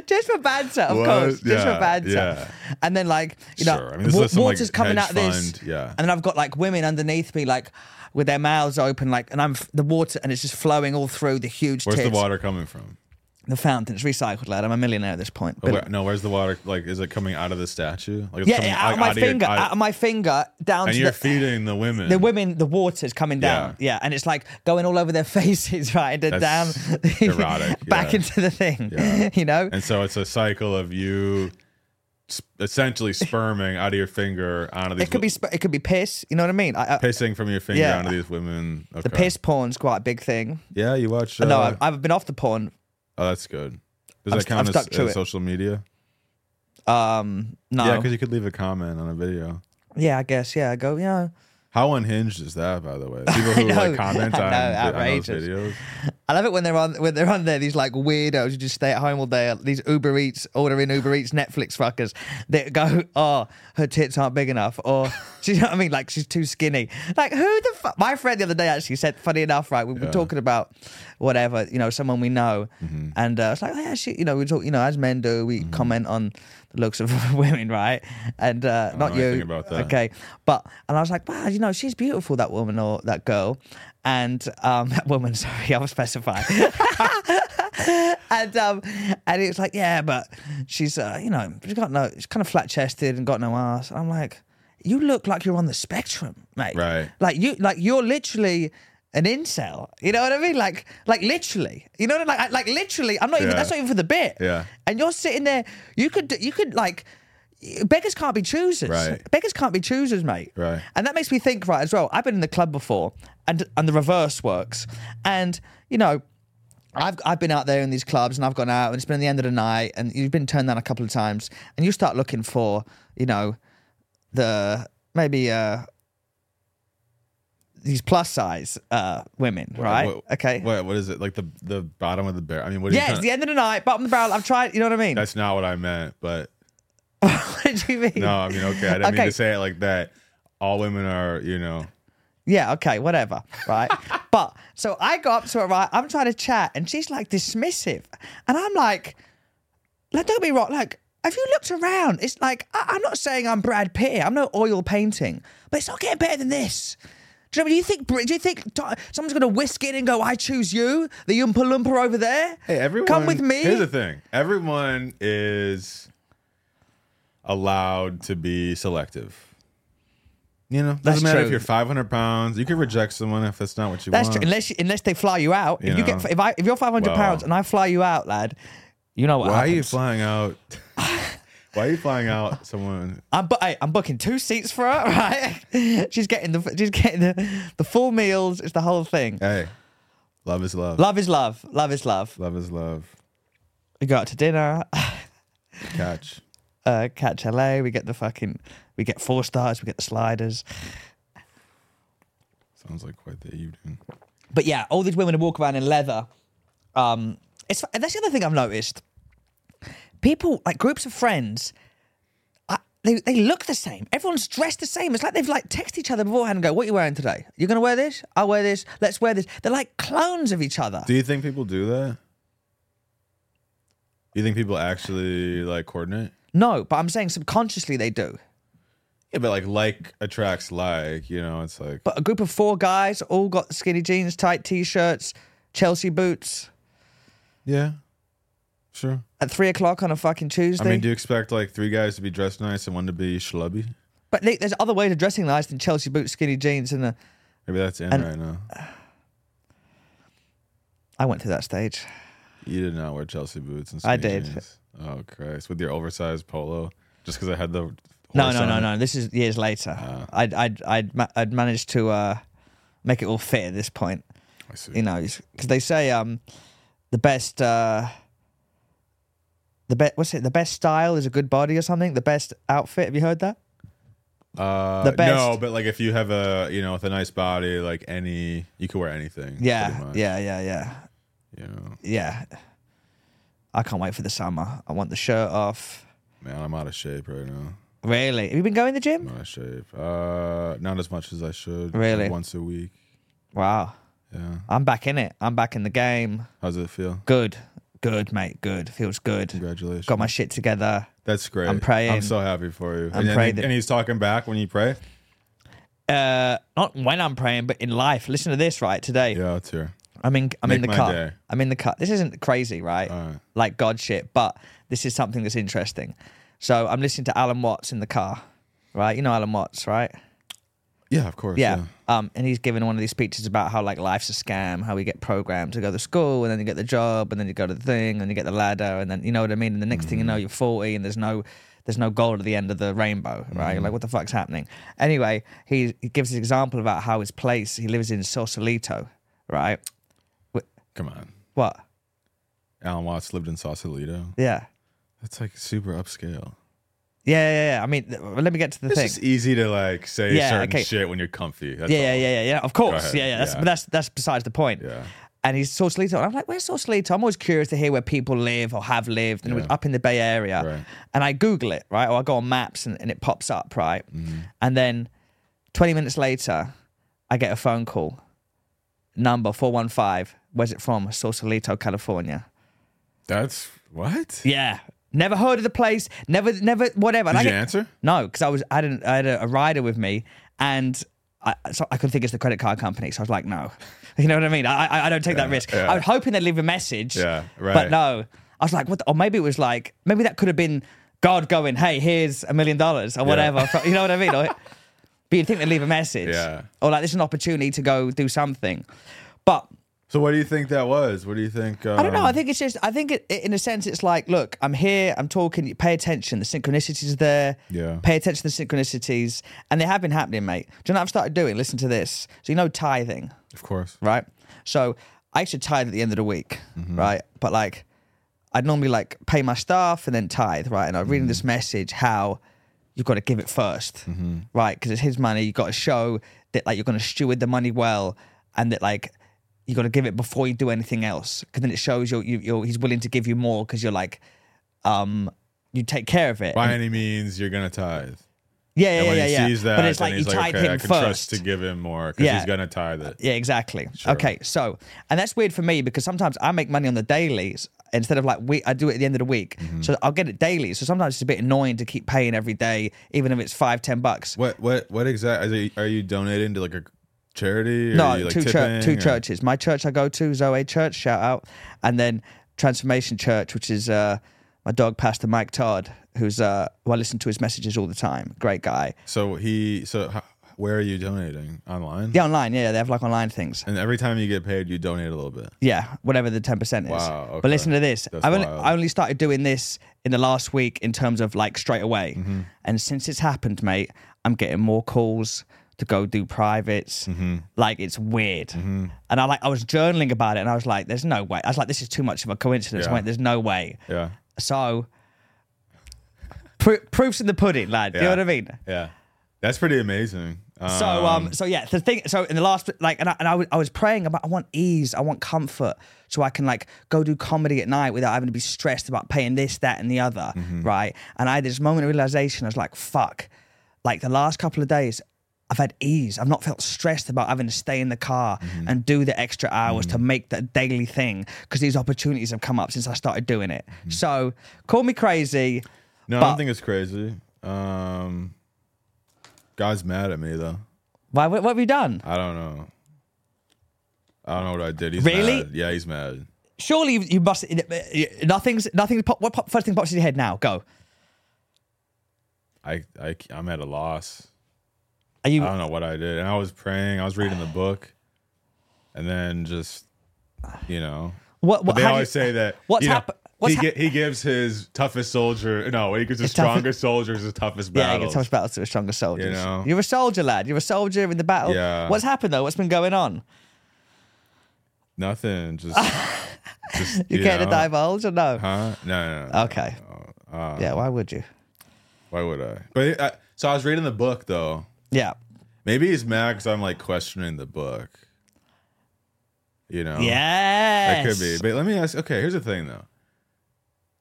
S1: just for banter, of
S2: What?
S1: course. Just
S2: Yeah,
S1: for banter.
S2: yeah.
S1: And then like you know,
S2: Sure. I mean, this
S1: wa-
S2: is some, like,
S1: water's coming
S2: hedge
S1: out this,
S2: fund, yeah.
S1: And then I've got like women underneath me, like with their mouths open, like, and I'm f- the water, and it's just flowing all through the huge
S2: where's the
S1: tits.
S2: water coming from?
S1: The fountain. It's recycled, lad. I'm a millionaire at this point.
S2: Oh,
S1: Bill-
S2: where- no, where's the water? Like, is it coming out of the statue? Like, it's
S1: yeah,
S2: coming,
S1: yeah, out of
S2: like,
S1: my
S2: your-
S1: finger,
S2: out-
S1: out of my finger down
S2: and
S1: to
S2: you're
S1: the,
S2: feeding the women.
S1: the women, the water's coming down. Yeah. And it's like going all over their (laughs) faces, right? And then down
S2: That's erotic,
S1: (laughs) back
S2: yeah.
S1: into the thing.
S2: Yeah.
S1: (laughs) You know?
S2: And so it's a cycle of you s- (laughs) essentially sperming out of your finger onto these
S1: it could be sp- it could be piss. You know what I mean? I, I,
S2: li- pissing from your finger
S1: Yeah.
S2: onto these women. Okay.
S1: the piss porn's quite a big thing.
S2: Yeah, you watch. Uh,
S1: no, I've, I've been off the porn.
S2: oh, that's good.
S1: I'm
S2: Does that
S1: st-
S2: count
S1: I'm
S2: as,
S1: stuck to
S2: as
S1: it.
S2: social media?
S1: Um, no.
S2: Yeah,
S1: Yeah,
S2: because you could leave a comment on a video.
S1: I guess. Yeah, I go. You know,
S2: How unhinged is that, by the way?
S1: (laughs)
S2: People who
S1: know,
S2: like comment
S1: I know,
S2: on, the- on those
S1: outrageous.
S2: videos.
S1: I love it when they're on when they're on there. These like weirdos who just stay at home all day. These Uber Eats ordering Uber Eats Netflix fuckers that go, oh, her tits aren't big enough, or
S2: (laughs)
S1: (laughs) do you know what I mean? Like she's too skinny. Like who the fuck? My friend the other day actually said, funny enough, right? We were
S2: Yeah. Mm-hmm.
S1: talking about whatever, you know, someone we know, and uh, it's like, oh, yeah, she, you know, we talk, you know, as men do, we comment on the looks of (laughs) women, right? And uh, not
S2: know
S1: you,
S2: anything about
S1: okay.
S2: that.
S1: okay but and i was like wow you know she's beautiful that woman or that girl and um (laughs) that woman sorry i was specifying (laughs) and um and it was like yeah but she's uh you know she's got no she's kind of flat chested and got no ass i'm like you look like you're on the spectrum mate
S2: Right.
S1: like you like you're literally an incel, you know what I mean? Like, like literally, you know, what I mean? like, like literally. I'm not even.
S2: Yeah.
S1: That's not even for the bit.
S2: Yeah.
S1: And you're sitting there. You could, you could like, beggars can't be choosers.
S2: Right.
S1: Beggars can't be choosers, mate.
S2: Right.
S1: And that makes me think, right, as well. I've been in the club before, and and the reverse works. And you know, I've I've been out there in these clubs, and I've gone out, and it's been the end of the night, and you've been turned down a couple of times, and you start looking for, you know, the maybe uh these plus size uh women, right?
S2: What-
S1: okay.
S2: What what is it? Like the the bottom of the bear? I mean, what? Are you
S1: yeah, it's
S2: trying-
S1: the end of the night, bottom of the barrel. I've tried. You know what I mean?
S2: that's not what I meant, but
S1: (laughs) what do you mean?
S2: no, I mean, okay, I didn't mean
S1: Okay.
S2: to say it like that. All women are, you know,
S1: Yeah, okay, whatever, right? (laughs) but so I go up to her, right? I'm trying to chat, and she's like dismissive, and I'm like, like don't be wrong, like. Have you looked around? It's like I, I'm not saying I'm Brad Pitt. here. I'm no oil painting, but it's not getting better than this. Do you, know, what I mean? do you think? Br- Do you think t- someone's going to whisk in and go, "I choose you"? The Oompa Loompa over there.
S2: Hey, everyone.
S1: come with me.
S2: Here's the thing: everyone is allowed to be selective. You know, doesn't
S1: That's
S2: matter if
S1: true.
S2: you're 500 pounds. You can reject someone if that's not what you
S1: That's
S2: want.
S1: true. Unless you- unless they fly you out.
S2: You
S1: if you
S2: know.
S1: get if I if you're 500
S2: Wow.
S1: pounds and I fly you out, lad, you know what?
S2: Why are you
S1: happens.
S2: flying out? Why are you flying out someone?
S1: I'm bu- hey, I'm booking two seats for her, (laughs) right? she's getting the she's getting the, the full meals. It's the whole thing.
S2: Hey, Love is love.
S1: Love is love. Love is love.
S2: Love is love.
S1: We go out to dinner, (laughs)
S2: Catch.
S1: uh, catch LA. We get the fucking, we get four stars. We get the sliders.
S2: Sounds like quite the evening.
S1: But yeah, all these women who walk around in leather. Um, it's and that's the other thing I've noticed. People like groups of friends. I, they, they look the same. Everyone's dressed the same. It's like they've like texted each other beforehand and go, "What are you wearing today? You're gonna wear this? I'll wear this. Let's wear this." They're like clones of each other.
S2: Do you think people do that? You think people actually like coordinate?
S1: No, but I'm saying subconsciously they do.
S2: Yeah, but like like attracts like, you know, it's like
S1: But a group of four guys all got skinny jeans, tight t-shirts, Chelsea boots
S2: Yeah. Sure.
S1: at three o'clock on a fucking Tuesday.
S2: I mean, do you expect like three guys to be dressed nice and one to be schlubby?
S1: but they, there's other ways of dressing nice than Chelsea boots, skinny jeans, and a.
S2: Maybe that's in
S1: And-
S2: right now.
S1: I went through that stage.
S2: You did not wear Chelsea boots and
S1: I
S2: skinny
S1: did.
S2: jeans. Oh Christ! With your oversized polo, just because I had the
S1: No,
S2: horse
S1: no,
S2: on
S1: no,
S2: it.
S1: no. This is years later.
S2: Ah.
S1: I'd, I'd, I'd, ma- I'd managed to uh, make it all fit at this point.
S2: I see.
S1: You know, because they say um, the best, uh, the best, what's it? The best style is a good body or something. The best outfit. Have you heard that?
S2: Uh,
S1: The best.
S2: No, but like if you have a you know with a nice body, like any you could wear anything. pretty
S1: Yeah,
S2: much,
S1: yeah, yeah, yeah,
S2: You know,
S1: yeah. I can't wait for the summer. I want the shirt off.
S2: man, I'm out of shape right now.
S1: Really? Have you been going to the
S2: I'm
S1: gym?
S2: out of shape. Uh, not as much as I should. like,
S1: Really?
S2: once a week.
S1: Wow.
S2: Yeah.
S1: I'm back in it. I'm back in the game.
S2: How's it feel?
S1: Good. Good, mate. Good. Feels good.
S2: Congratulations.
S1: Got my shit together.
S2: That's great.
S1: I'm praying.
S2: I'm so happy for you.
S1: I'm
S2: and, then-
S1: praying that-
S2: and he's talking back when you pray.
S1: uh, not when I'm praying, but in life. Listen to this, right? Today,
S2: Yeah, it's here.
S1: I'm in. I'm in
S2: Make
S1: the
S2: my
S1: cut.
S2: day. Uh.
S1: I'm in the cut. This isn't crazy, right?
S2: Alright.
S1: Like God shit, but this is something that's interesting. So I'm listening to Alan Watts in the car, right? You know Alan Watts, right?
S2: Yeah, of course.
S1: Yeah. Um, and he's giving one of these speeches about how like life's a scam, how we get programmed to go to school and then you get the job and then you go to the thing and you get the ladder and then you know what I mean. And the next thing you
S2: Mm.
S1: know, you're 40 and there's no there's no goal at the end of the rainbow, right?
S2: Mm.
S1: Like what the fuck's happening? Anyway, he he gives an example about how his place he lives in Sausalito, right?
S2: Come on.
S1: What?
S2: Alan Watts lived in Sausalito.
S1: Yeah.
S2: That's like super upscale.
S1: Yeah, yeah, yeah. I mean, th- let me get to the
S2: It's
S1: thing.
S2: just easy to like say
S1: Yeah,
S2: certain
S1: okay.
S2: shit when you're comfy. That's
S1: Yeah,
S2: all.
S1: yeah, yeah, yeah, yeah. Of course.
S2: ahead.
S1: Yeah, yeah. That's,
S2: Yeah.
S1: But that's that's besides the point.
S2: Yeah.
S1: and he's Sausalito. And I'm like, where's Sausalito? I'm always curious to hear where people live or have lived. And it was
S2: Yeah.
S1: up in the Bay Area.
S2: Right.
S1: And I Google it, right? Or I go on maps and, and it pops up, right?
S2: Mm-hmm.
S1: And then 20 minutes later, I get a phone call. Number 415. Where's it from? Sausalito, California.
S2: That's what?
S1: Yeah. Never heard of the place. Never, never, whatever. And
S2: Did
S1: I
S2: you
S1: get-
S2: answer?
S1: no, because I was I didn't I had a, a rider with me and I so I couldn't think it's the credit card company, so I was like, no, (laughs) you know what I mean? I I, I don't take that risk.
S2: yeah.
S1: I was hoping they'd leave a message,
S2: Yeah,
S1: But
S2: right.
S1: no, I was like, what? The, or maybe it was like maybe that could have been God going, hey, here's a million dollars or whatever. (laughs) You know what I mean?
S2: (laughs)
S1: Or, but you'd think they'd leave a message,
S2: Yeah.
S1: Or like this is an opportunity to go do something, but.
S2: So what do you think that was? What do you think? Um,
S1: I don't know. I think it's just. I think it, it- in a sense, it's like, look, I'm here. I'm talking. Pay attention. The synchronicities are there.
S2: Yeah.
S1: Pay attention to the synchronicities, and they have been happening, mate. Do you know what I've started doing? Listen to this. So you know tithing,
S2: Of course.
S1: right? So I used to tithe at the end of the week, right? But like, I'd normally like pay my staff and then tithe, right? And I'm reading this message how you've got to give it 1st right? Because it's his money. You've got to show that like you're going to steward the money well, and that like you got to give it before you do anything else. Because then it shows you're, you, you're he's willing to give you more because you're like, um, you take care of it.
S2: By
S1: And-
S2: any means, you're gonna tithe.
S1: yeah,
S2: And
S1: yeah,
S2: when
S1: yeah,
S2: he
S1: yeah.
S2: sees that,
S1: but it's
S2: then
S1: like you
S2: he's like,
S1: tithe
S2: okay, I
S1: him
S2: can
S1: first.
S2: trust to give him more because
S1: Yeah.
S2: he's gonna tithe it.
S1: Yeah, exactly. Okay, so and that's weird for me because sometimes I make money on the dailies instead of like we I do it at the end of the week.
S2: Mm-hmm.
S1: So I'll get it daily. So sometimes it's a bit annoying to keep paying every day, even if it's five, ten bucks.
S2: What what what exact? Are you, are you donating to like a charity? Or
S1: No,
S2: are you, like
S1: two
S2: tipping
S1: church, two
S2: or-
S1: churches. My church I go to, Zoe Church, shout out, and then Transformation Church, which is uh, my dog Pastor Mike Todd, who's uh, who I listen to his messages all the time. Great guy.
S2: So he so h- where are you donating online?
S1: Yeah, online. Yeah, they have like online things.
S2: And every time you get paid, you donate a little bit.
S1: Yeah, whatever the ten percent is.
S2: Wow, okay.
S1: But listen to this.
S2: That's
S1: I only,
S2: wild.
S1: I only started doing this in the last
S2: Mm-hmm.
S1: week in terms of like straight away, and since it's happened, mate, I'm getting more calls. to go do privates.
S2: Mm-hmm.
S1: Like it's weird. And I like I was journaling about it, and I was like, "There's no way." I was like, "This is too much of a coincidence." I
S2: Yeah.
S1: went, "There's no way."
S2: Yeah.
S1: So pr- proofs in the pudding, lad. Do you know
S2: Yeah.
S1: what I mean?
S2: Yeah. That's pretty amazing. Uh,
S1: So um, so yeah, the thing. So in the last like, and I, and I was I was praying about I want ease, I want comfort, so I can like go do comedy at night without having to be stressed about paying this, that, and the other, right? And I had this moment of realization. I was like, fuck, like the last couple of days. I've had ease. I've not felt stressed about having to stay in the car and do the extra hours to make that daily thing because these opportunities have come up since I started doing it. So call me crazy.
S2: No, I
S1: But-
S2: don't think it's crazy. Um, God's mad at me though.
S1: Why? What, what have you done?
S2: I don't know. I don't know what I did. He's
S1: Really?
S2: Mad. Yeah, he's mad.
S1: surely you- you must eh, nothing's nothing pop, what pop, first thing pops into your head now go
S2: I, I I'm at a loss.
S1: are you
S2: I don't know what I did. And I was praying. I was reading the book, and then just you know.
S1: what,
S2: But
S1: what
S2: they
S1: how do
S2: always
S1: you-
S2: say that.
S1: what's
S2: you know,
S1: hap- what's
S2: he,
S1: hap-
S2: gi- he gives his toughest soldier. No, he gives his
S1: His toughest-
S2: strongest soldiers his toughest
S1: yeah, you
S2: battles.
S1: touch battles to a stronger soldier. You
S2: You know?
S1: are a soldier, lad. You're a soldier in the battle.
S2: Yeah.
S1: What's happened though? What's been going on? (laughs)
S2: Nothing. Just. just
S1: You
S2: you
S1: care to
S2: know.
S1: divulge or no?
S2: Huh? Uh, No, no, no.
S1: Okay. yeah. Why would you?
S2: Why would I? But I, so I was reading the book though.
S1: Yeah.
S2: Maybe he's mad because I'm like questioning the book. You know?
S1: Yeah.
S2: Oh. That could be. But let me ask. Okay, here's the thing though.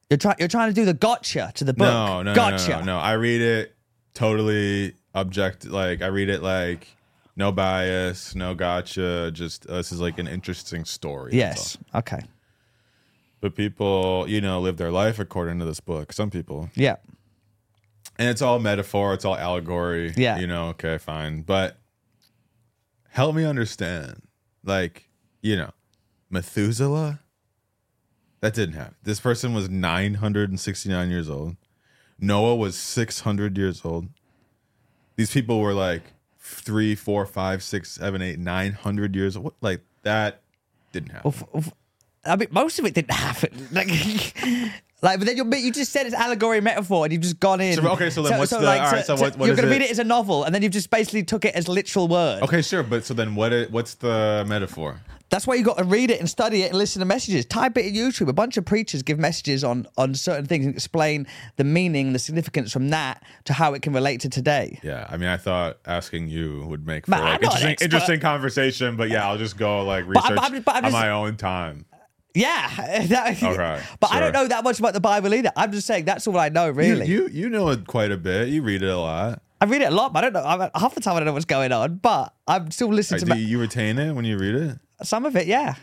S1: You're trying. You're trying to do the gotcha to the book.
S2: No, no,
S1: gotcha.
S2: no, no, no. I read it totally object. Like I read it like no bias, no gotcha. Just uh, this is like an interesting story. that's
S1: Yes.
S2: all.
S1: Okay.
S2: But people, you know, live their life according to this book. Some people,
S1: Yeah.
S2: and it's all metaphor. It's all allegory.
S1: Yeah.
S2: You know. Okay, fine. But help me understand. Like you know, Methuselah. That didn't happen. This person was 969 years old. Noah was 600 years old. These people were like three, four, five, six, seven, eight, 900 years old. What- Like that didn't happen.
S1: Oof, oof. I mean, most of it didn't happen. (laughs) Like, like but then you but you just said it's allegory, metaphor, and you've just gone in.
S2: So, okay, so then what's the- all right, so what- what
S1: you're
S2: is
S1: gonna
S2: it?
S1: read it as a novel, and then you've just basically took it as literal word.
S2: Okay, sure, but so then what? It, what's the metaphor?
S1: That's why you got to read it and study it and listen to messages. Type it in YouTube. A bunch of preachers give messages on on certain things and explain the meaning, the significance from that to how it can relate to today.
S2: Yeah, I mean, I thought asking you would make for
S1: But I'm not
S2: like
S1: an
S2: interesting,
S1: expert.
S2: interesting conversation, but yeah, I'll just go like
S1: But I'm-
S2: research
S1: I'm- but I'm
S2: on
S1: just-
S2: my own time.
S1: Yeah, (laughs) that,
S2: Okay,
S1: but I don't
S2: sure.
S1: know that much about the Bible either. I'm just saying that's all I know
S2: You-
S1: really.
S2: You, you know it quite a bit. You read it a lot.
S1: I read it a lot, but I don't know. I, half the time I don't know what's going on, but I'm still listening
S2: Like,
S1: to
S2: do
S1: me-
S2: you, you retain it when you read it?
S1: some of it. Yeah,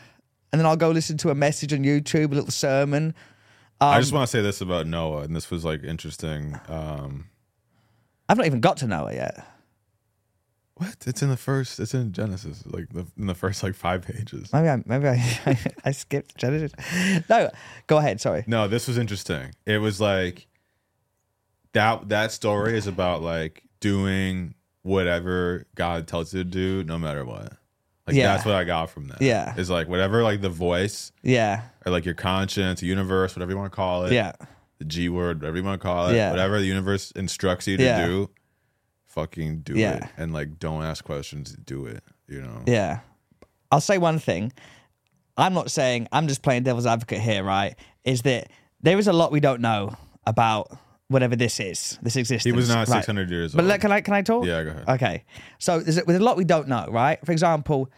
S1: and then I'll go listen to a message on YouTube, a little sermon.
S2: I
S1: Um,
S2: just want to say this about Noah, and this was like interesting. Um,
S1: I've not even got to know it yet.
S2: what? It's in the first. It's in Genesis, like the, in the first like five pages.
S1: Maybe I maybe I, (laughs) I skipped. Genesis. No, go ahead. Sorry.
S2: No, this was interesting. It was like that. That story is about like doing whatever God tells you to do, no matter what. Like
S1: Yeah.
S2: that's what I got from that.
S1: Yeah.
S2: is like whatever like the voice
S1: Yeah,
S2: or like your conscience, the universe, whatever you want to call it.
S1: yeah.
S2: the G word, whatever you want to call it.
S1: Yeah.
S2: Whatever the universe instructs you to
S1: Yeah.
S2: do, fucking do
S1: Yeah.
S2: it, and like don't ask questions, do it. You know.
S1: Yeah. I'll say one thing. I'm not saying, I'm just playing devil's advocate here, right? Is that there is a lot we don't know about whatever this is, this existence.
S2: He was not
S1: right?
S2: 600 years
S1: But uh,
S2: old.
S1: let- can I, can I talk?
S2: Yeah, go ahead.
S1: Okay. So there's a, there's a lot we don't know, right? For example,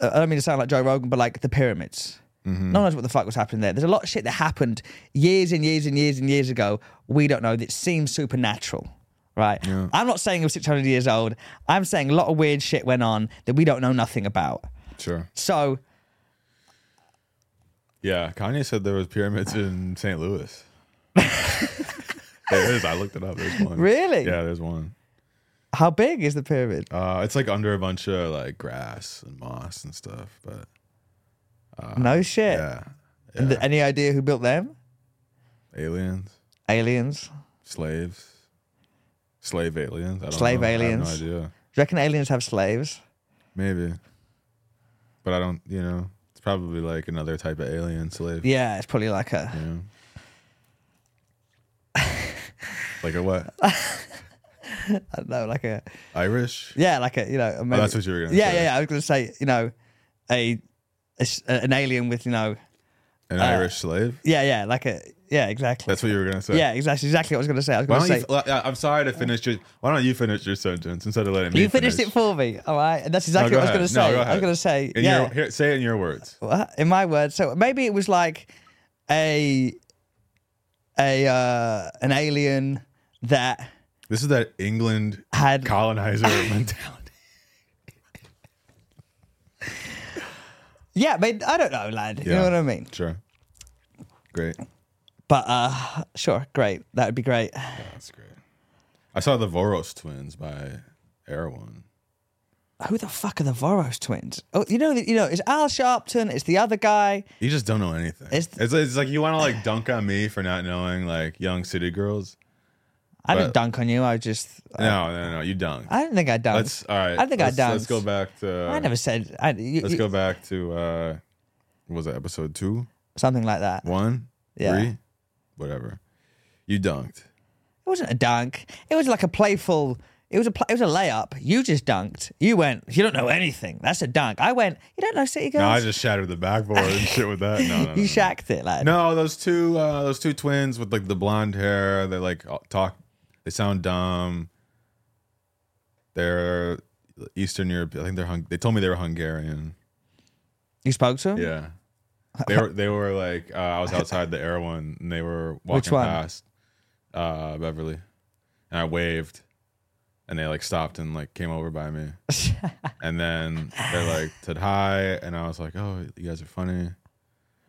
S1: uh, I don't mean to sound like Joe Rogan, but like the pyramids.
S2: Mm-hmm.
S1: No one knows what the fuck was happening there. There's a lot of shit that happened years and years and years and years ago. We don't know that seems supernatural, right? I'm not saying he was 600 years old. I'm saying a lot of weird shit went on that we don't know nothing about.
S2: sure.
S1: So
S2: Yeah, Kanye said there was pyramids in St. Louis. there is. I looked it up. There's one.
S1: Really?
S2: Yeah, there's one.
S1: how big is the pyramid?
S2: Uh, it's like under a bunch of like grass and moss and stuff. But
S1: no shit.
S2: Uh, yeah, yeah.
S1: And th- any idea who built them?
S2: aliens,
S1: Aliens.
S2: slaves, slave aliens. I don't
S1: Slave
S2: know. I
S1: aliens.
S2: have no idea.
S1: Do you reckon aliens have slaves?
S2: Maybe. But I don't, you know, it's probably like another type of alien slave.
S1: Yeah, it's probably like a
S2: You
S1: (laughs)
S2: know? like a what?
S1: I don't know, like a
S2: Irish.
S1: yeah, like a you know. Maybe,
S2: Oh, that's what you were gonna
S1: yeah,
S2: say.
S1: Yeah, yeah, I was gonna say you know, a, a s- an alien with you know, Uh,
S2: An Irish slave.
S1: yeah, yeah, like a yeah, exactly.
S2: That's what you were gonna say.
S1: yeah, exactly, exactly what I was gonna say. I was
S2: Why
S1: gonna
S2: don't
S1: say
S2: you, well, I- I'm sorry to finish your. Why don't you finish your sentence instead of letting me?
S1: you finished it for me, all right? And that's exactly
S2: go
S1: what I was gonna
S2: ahead.
S1: say.
S2: No, go
S1: I was
S2: ahead.
S1: gonna say
S2: In
S1: yeah.
S2: your, here, say it in your words.
S1: Well, in my words, so maybe it was like a a uh, an alien that
S2: This is that
S1: (laughs)
S2: England
S1: had (laughs)
S2: colonizer mentality.
S1: yeah, I, mean, I don't know, lad. You
S2: Yeah.
S1: know what I mean?
S2: Sure. Great.
S1: But uh, sure, great. That would be great.
S2: That's great. I saw the Voros twins by Erewhon.
S1: Who the fuck are the Voros twins? Oh, you know, you know, it's Al Sharpton. It's the other guy.
S2: You just don't know anything.
S1: It's-
S2: It's, it's, like you want to like dunk on me for not knowing like young city girls.
S1: I didn't
S2: But-
S1: dunk on you. I just,
S2: No, no, no, you dunk.
S1: Uh, I didn't think I dunked.
S2: Let's all right.
S1: I think I
S2: let's, Let's
S1: dunked.
S2: go back to.
S1: I never said. I, you,
S2: let's
S1: you-
S2: go back to. uh what Was that episode two,
S1: something like that.
S2: one,
S1: Yeah.
S2: three, whatever? You dunked.
S1: It wasn't a dunk. It was like a playful. It was a pl- it was a layup. You just dunked. You went. You don't know anything. That's a dunk. I went. You don't know City Girls. (laughs)
S2: No, I just shattered the backboard and shit with that. No, no, no,
S1: you
S2: no.
S1: shacked it, lad.
S2: No, those two, uh, those two twins with like the blonde hair. They like talk. They sound dumb. They're Eastern Europe. I think they're. Hung- they told me they were Hungarian.
S1: You spoke to him.
S2: Yeah, they were. They were like. Uh, I was outside the air one, and they were walking
S1: one?
S2: past uh, Beverly, and I waved, and they like stopped and like came over
S1: (laughs)
S2: by me, and then they like said hi, and I was like, "Oh, you guys are funny."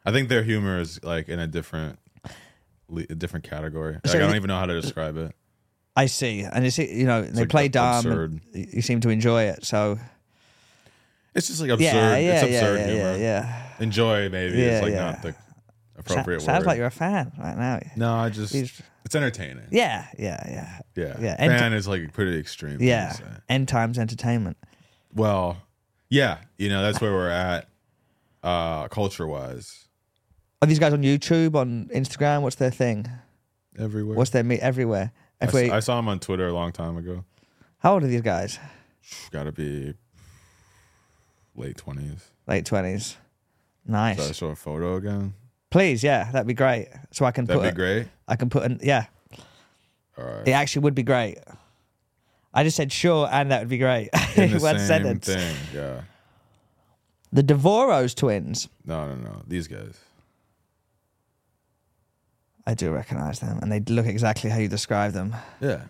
S2: I think their humor is like in a different, le- a different category. Like,
S1: So
S2: I don't
S1: you-
S2: even know how to describe it.
S1: I see. And you see, you know, they
S2: like
S1: play
S2: ab-
S1: dumb.
S2: absurd.
S1: and You seem to enjoy it. So
S2: It's just like absurd.
S1: yeah, yeah,
S2: it's
S1: yeah,
S2: absurd
S1: yeah,
S2: humor.
S1: yeah, yeah.
S2: Enjoy maybe
S1: Yeah,
S2: it's like
S1: yeah.
S2: not the
S1: Sa-
S2: appropriate
S1: sounds
S2: word.
S1: like you're a fan right now.
S2: no, I just
S1: He's-
S2: it's entertaining.
S1: Yeah, yeah, yeah,
S2: Yeah.
S1: Yeah, and-
S2: Fan is like pretty extreme. thing
S1: yeah.
S2: to say.
S1: End times entertainment.
S2: Well, yeah. You know, that's where we're at uh culture wise.
S1: Are these guys on YouTube, on Instagram? What's their thing?
S2: Everywhere.
S1: What's their meet everywhere?
S2: I,
S1: If
S2: s-
S1: we,
S2: I saw him on Twitter a long time ago.
S1: how old are these guys?
S2: Gotta be late twenties.
S1: Late twenties. Nice.
S2: Should I show a photo again?
S1: Please, yeah, that'd be great. So I can
S2: That'd
S1: put,
S2: be great.
S1: I can put an yeah. (laughs)
S2: All right.
S1: It actually would be great. I just said sure, and that would be great. (laughs)
S2: In the
S1: One
S2: same
S1: sentence.
S2: thing. Yeah.
S1: The Devoros twins.
S2: No, no, no. These guys.
S1: I do recognize them, and they look exactly how you describe them.
S2: Yeah.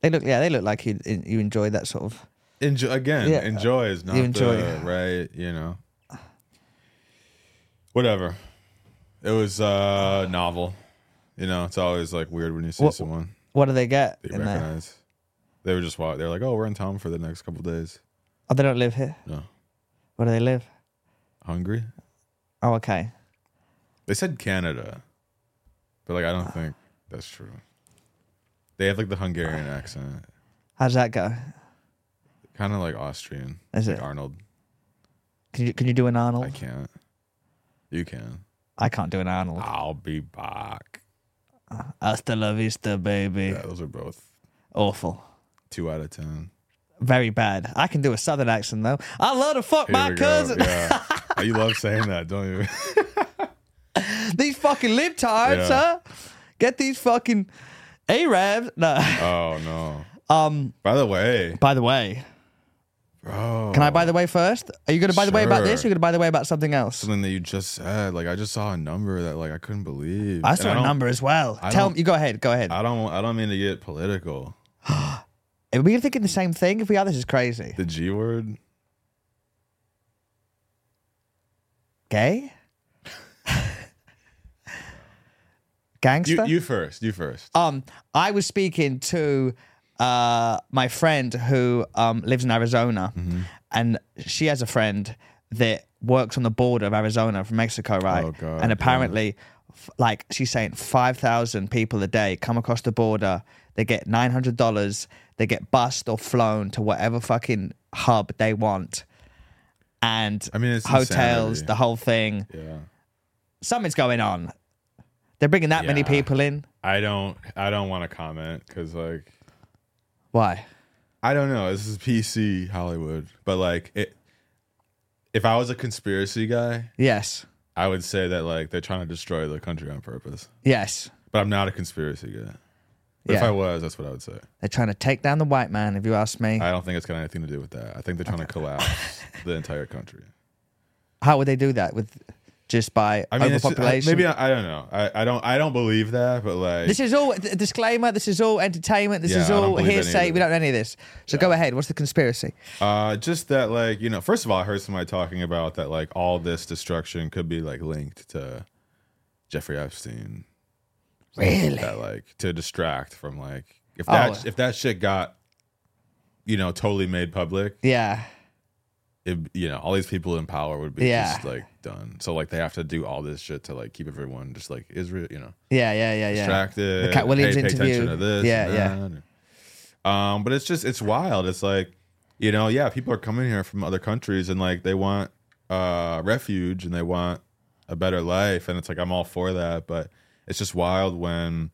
S1: They look, yeah, they look like you you enjoy that sort of.
S2: Enjoy again.
S1: Yeah.
S2: Enjoy is not
S1: You enjoy.
S2: the right, you know. Whatever. It was uh novel. You know, it's always like weird when you see
S1: What-
S2: someone
S1: What do they get
S2: that you
S1: in there?
S2: recognize. They were just wild. They're like, "Oh, we're in town for the next couple days."
S1: Oh, they don't live here.
S2: No,
S1: Where do they live?
S2: hungry.
S1: Oh, okay.
S2: They said Canada, but like I don't think that's true. They have like the Hungarian accent,
S1: How's that go?
S2: kind of like Austrian.
S1: Is
S2: like
S1: it?
S2: Arnold?
S1: Can you can you do an Arnold?
S2: I can't. You can.
S1: I can't do an Arnold. Ah,
S2: I'll be back.
S1: Hasta la vista, baby.
S2: Yeah, those are both
S1: Awful.
S2: two out of ten.
S1: Very bad. I can do a southern accent though. I love to fuck
S2: Here
S1: my
S2: we go.
S1: cousin. (laughs)
S2: Yeah. you love saying that, don't you?
S1: (laughs) these fucking libtards,
S2: Yeah.
S1: huh? Get these fucking Arabs. No. (laughs)
S2: Oh no.
S1: Um.
S2: By the way,
S1: By the way,
S2: bro.
S1: can I by the way first? Are you gonna by the way about this? Or
S2: Oh. Sure.
S1: you gonna by the way about something else?
S2: something that you just said? Like I just saw a number that like I couldn't believe.
S1: I
S2: And
S1: saw a
S2: don't-
S1: number as well. Tell
S2: don't-
S1: me. You go ahead. Go ahead.
S2: I don't. I don't mean to get political.
S1: Are we thinking the same thing? If we are, this is crazy.
S2: The G word.
S1: Gay.
S2: You,
S1: Gangster.
S2: you first. You first.
S1: um, I was speaking to uh, my friend who um, lives in Arizona,
S2: Mm-hmm.
S1: and she has a friend that works on the border of Arizona from Mexico, right?
S2: Oh, God,
S1: and
S2: yeah.
S1: apparently, f- like she's saying, five thousand people a day come across the border. They get nine hundred dollars. They get bused or flown to whatever fucking hub they want, and
S2: I mean, it's
S1: hotels,
S2: insanity.
S1: the whole thing.
S2: Yeah.
S1: Something's going on. They're bringing that many
S2: Yeah.
S1: people in.
S2: I don't. I don't want to comment because like
S1: Why?
S2: I don't know. This is PC Hollywood, but like it. If I was a conspiracy guy,
S1: Yes.
S2: I would say that like they're trying to destroy the country on purpose.
S1: Yes.
S2: But I'm not a conspiracy guy. But if
S1: Yeah.
S2: I was, that's what I would say.
S1: They're trying to take down the white man, if you ask me.
S2: I don't think it's got anything to do with that. I think they're trying
S1: (laughs)
S2: to collapse the entire country.
S1: How would they do that with just by
S2: I mean, it's just- I-
S1: overpopulation?
S2: maybe I, I don't know. I, I don't. I don't believe that. But like,
S1: this is all th- disclaimer. This is all entertainment. This
S2: Yeah,
S1: is
S2: I don't
S1: all
S2: believe any of
S1: hearsay.
S2: it.
S1: We don't know any of this. So go ahead. What's the conspiracy?
S2: Uh, just that, like, you know, first of all, I heard somebody talking about that, like, all this destruction could be like linked to Jeffrey Epstein.
S1: Really?
S2: That, like, to distract from like, if
S1: Oh.
S2: that if that shit got, you know, totally made public,
S1: Yeah.
S2: it, you know, all these people in power would be
S1: Yeah.
S2: just like done. So like, they have to do all this shit to like keep everyone just like Israel, you know,
S1: Yeah. Yeah. Yeah. Yeah.
S2: distracted.
S1: The Cat Williams
S2: pay, pay attention
S1: interview.
S2: to this.
S1: Yeah,
S2: and that. Um, but it's just it's wild. It's like, you know, yeah, people are coming here from other countries and like they want uh refuge and they want a better life and it's like I'm all for that, but it's just wild when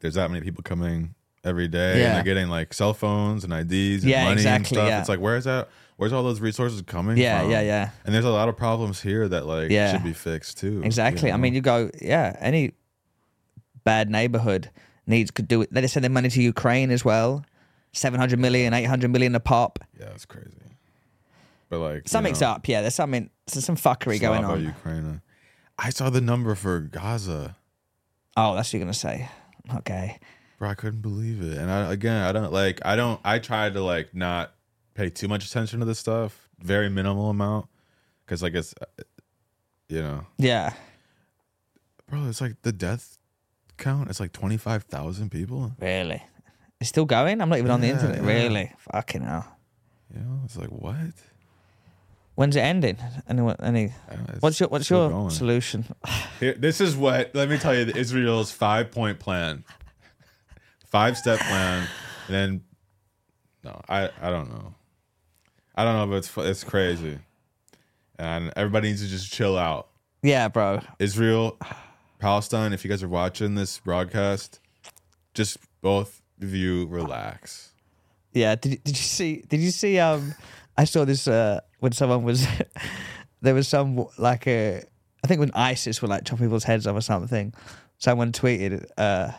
S2: there's that many people coming every day
S1: Yeah.
S2: and they're getting like cell phones and IDs and
S1: Yeah,
S2: money and
S1: exactly,
S2: stuff.
S1: yeah.
S2: It's like where's that where's all those resources coming
S1: Yeah.
S2: from?
S1: Yeah. Yeah.
S2: And there's a lot of problems here that like
S1: Yeah.
S2: should be fixed too. you
S1: Exactly. I
S2: know?
S1: mean, you go, yeah, any bad neighborhood needs could do it. They send their money to Ukraine as well. 700 million, 800 million a pop.
S2: Yeah, it's crazy. But like you
S1: Something's
S2: know,
S1: up. Yeah, there's something, there's some fuckery going
S2: Slava,
S1: on.
S2: Ukraine. I saw the number for Gaza,
S1: Oh, that's what you're going to say. Okay.
S2: bro. I couldn't believe it. And I, again, I don't like. I don't. I tried to like not pay too much attention to this stuff. Very minimal amount, because like it's, uh, you know,
S1: Yeah.
S2: bro. It's like the death count. It's like twenty five thousand people.
S1: Really? It's still going? I'm not even on the
S2: Yeah,
S1: internet.
S2: yeah.
S1: Really? Fucking hell.
S2: You know, it's like what?
S1: When's it ending? Anyone, any,
S2: I don't know, Uh, it's
S1: what's your, what's
S2: still
S1: your
S2: going.
S1: solution?
S2: Here- this is what let me tell you the Israel's five point plan, five step plan, and then no, I I don't know, I don't know, but it's fu- it's crazy, and everybody needs to just chill out.
S1: Yeah, bro.
S2: Israel, Palestine. If you guys are watching this broadcast, just both of you relax.
S1: Yeah. Did, did you see? Did you see? Um, I saw this uh, when someone was (laughs) there was some like a I think when ISIS were like chopping people's heads off or something. Someone tweeted, uh,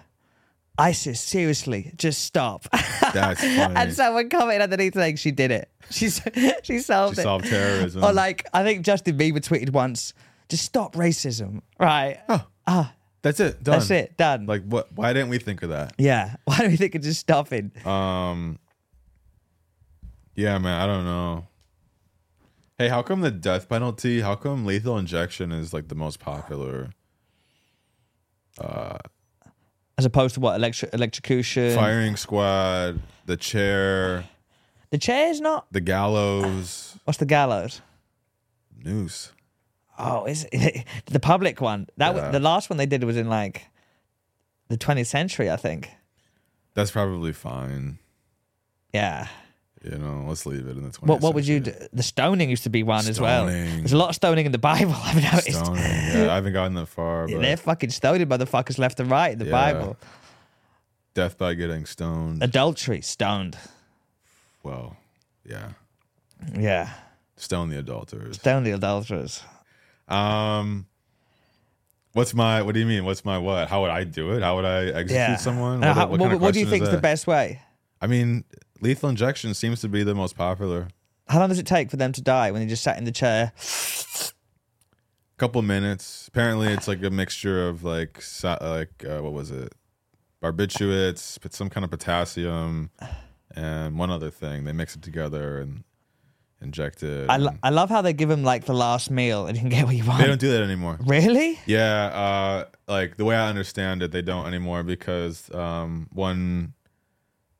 S1: "ISIS, seriously, just stop." (laughs)
S2: That's funny.
S1: and someone commented underneath saying she did it. (laughs) She's she solved
S2: Just
S1: it.
S2: solve terrorism.
S1: Or like I think Justin Bieber tweeted once, "Just stop racism." Right.
S2: oh, that's it. Done.
S1: That's it. Done.
S2: Like what? Why didn't we think of that?
S1: yeah. (laughs) Why do we think of just stopping?
S2: Um. Yeah, man. I don't know. Hey, how come the death penalty? How come lethal injection is like the most popular?
S1: As opposed to what electro- electrocution,
S2: Firing squad, the chair,
S1: the chair's not.
S2: the gallows,
S1: What's the gallows?
S2: noose.
S1: Oh, is it, (laughs) the public one? That
S2: Yeah.
S1: was, the last one they did was in like the 20th century, I think.
S2: That's probably fine.
S1: Yeah.
S2: You know, let's leave it in the twenty.
S1: What What would you do? The stoning used to be one as well.
S2: Stoning.
S1: There's a lot of stoning in the Bible. (laughs) I've noticed.
S2: Stoning. Yeah, I haven't gotten that far. But
S1: They're fucking stoning motherfuckers left and right in the
S2: Yeah.
S1: Bible.
S2: death by getting stoned.
S1: Adultery, stoned.
S2: Well, yeah,
S1: Yeah,
S2: stone the adulterers.
S1: stone the adulterers.
S2: Um, what's my? What do you mean? What's my what? How would I do it? How would I execute
S1: Yeah.
S2: someone?
S1: Now, how-
S2: what kind of
S1: what do you
S2: question
S1: think
S2: is
S1: is the
S2: that?
S1: best way?
S2: I mean, lethal injection seems to be the most popular.
S1: How long does it take for them to die when they just sat in the chair?
S2: Couple minutes. Apparently, it's like a mixture of like sa- like uh, what was it? Barbiturates, but some kind of potassium, and one other thing. They mix it together and inject it.
S1: I, lo-
S2: and-
S1: I love how they give them like the last meal and you can get what you
S2: they
S1: want.
S2: don't do that anymore.
S1: Really?
S2: Yeah, uh, like the way I understand it, they don't anymore because um, one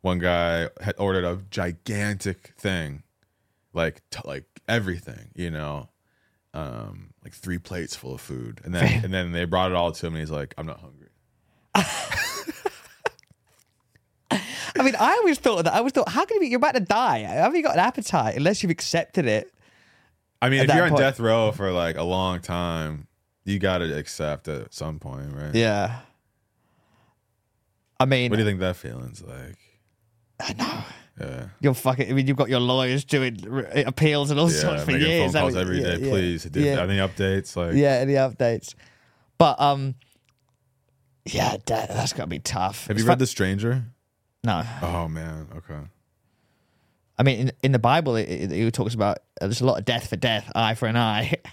S2: one guy had ordered a gigantic thing, like t- like everything, you know, um, like three plates full of food, and
S1: (laughs)
S2: then and then they brought it all to him, and he's like, "I'm not hungry."
S1: I mean, I always thought that. I always thought, how can you be, you're about to die? How have you got an appetite unless you've accepted it?
S2: I mean,
S1: At
S2: if
S1: that
S2: you're on
S1: point-
S2: death row for like a long time, you gotta accept at some point, right?
S1: Yeah. I mean,
S2: What do you think that feeling's like?
S1: I know.
S2: Yeah.
S1: You're fucking. I mean, you've got your lawyers doing r- appeals and all sorts
S2: Yeah,
S1: for
S2: making
S1: years.
S2: phone calls
S1: haven't
S2: every
S1: you?
S2: day.
S1: Yeah,
S2: Please, do
S1: yeah.
S2: any updates? Like,
S1: Yeah, any updates? But um, yeah, that, that's gotta be tough.
S2: have
S1: It's
S2: you read The
S1: fu-
S2: Stranger?
S1: No,
S2: Oh man, okay.
S1: I mean in, in the Bible, it, it, it talks about uh, there's a lot of death for death, eye for an eye. (laughs)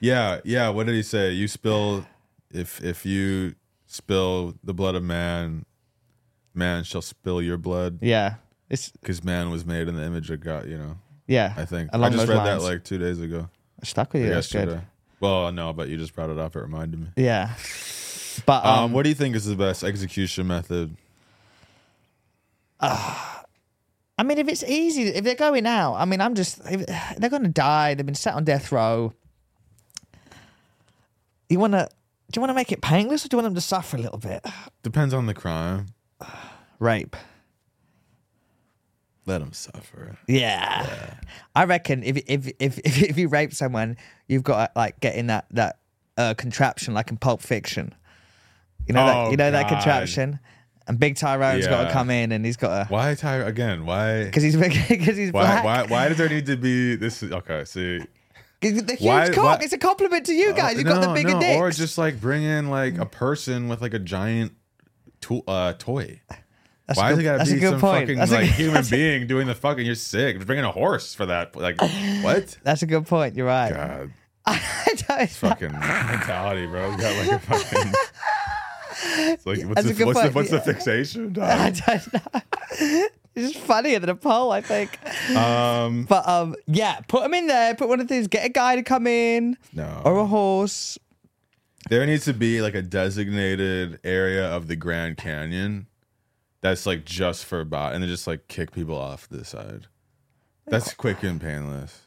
S2: Yeah, yeah. What did he say? You spill if if you spill the blood of man, man shall spill your blood
S1: yeah, it's
S2: because man was made in the image of God. You know,
S1: yeah.
S2: I think
S1: Along
S2: I just
S1: those
S2: read
S1: lines.
S2: that like two days ago.
S1: I stuck with you. That's good.
S2: yesterday. Well, no, but you just brought it up. It reminded me.
S1: Yeah, but
S2: Um,
S1: um,
S2: what do you think is the best execution method?
S1: I mean, if it's easy, if they're going out, I mean, I'm just, if they're going to die. They've been sat on death row. You want to, do you want to make it painless or do you want them to suffer a little bit?
S2: Depends on the crime.
S1: Rape.
S2: Let them suffer.
S1: Yeah. I reckon if, if, if, (laughs) if, if you rape someone, you've got to like get in that, that uh, contraption like in Pulp Fiction. You know,
S2: Oh,
S1: that, you know that
S2: God.
S1: contraption? And Big Tyrone's got to
S2: Yeah.
S1: come in and he's got to,
S2: Why Tyra again? Why?
S1: because he's, (laughs) because he's
S2: Why,
S1: black.
S2: why? Why does there need to be this? is- Okay, see,
S1: 'Cause The huge
S2: why-
S1: cock.
S2: why- Oh,
S1: It's a compliment to you guys. You've got the
S2: No,
S1: bigger
S2: no,
S1: dicks.
S2: Or just like bring in like a person with like a giant to- uh, toy.
S1: That's
S2: Why
S1: a
S2: does
S1: good,
S2: it gotta
S1: that's a
S2: be
S1: good
S2: some
S1: point.
S2: fucking
S1: that's
S2: like
S1: a good,
S2: human being doing the fucking? You're sick. Bring in a horse for that. Like what?
S1: That's a good point. You're right.
S2: God,
S1: (laughs) I don't know.
S2: fucking mentality, bro. You got like
S1: (laughs)
S2: a fucking. It's like what's,
S1: That's a
S2: the,
S1: good
S2: what's, the,
S1: point.
S2: what's the
S1: Yeah.
S2: fixation?
S1: (laughs) (laughs) I
S2: dog?
S1: don't know. (laughs) It's just funnier than a poll, I think.
S2: um,
S1: But um, yeah, put them in there. Put one of these. Get a guy to come in
S2: no.
S1: or a horse.
S2: There needs to be like a designated area of the Grand Canyon that's like just for bot, and they just like kick people off the side. That's quick and painless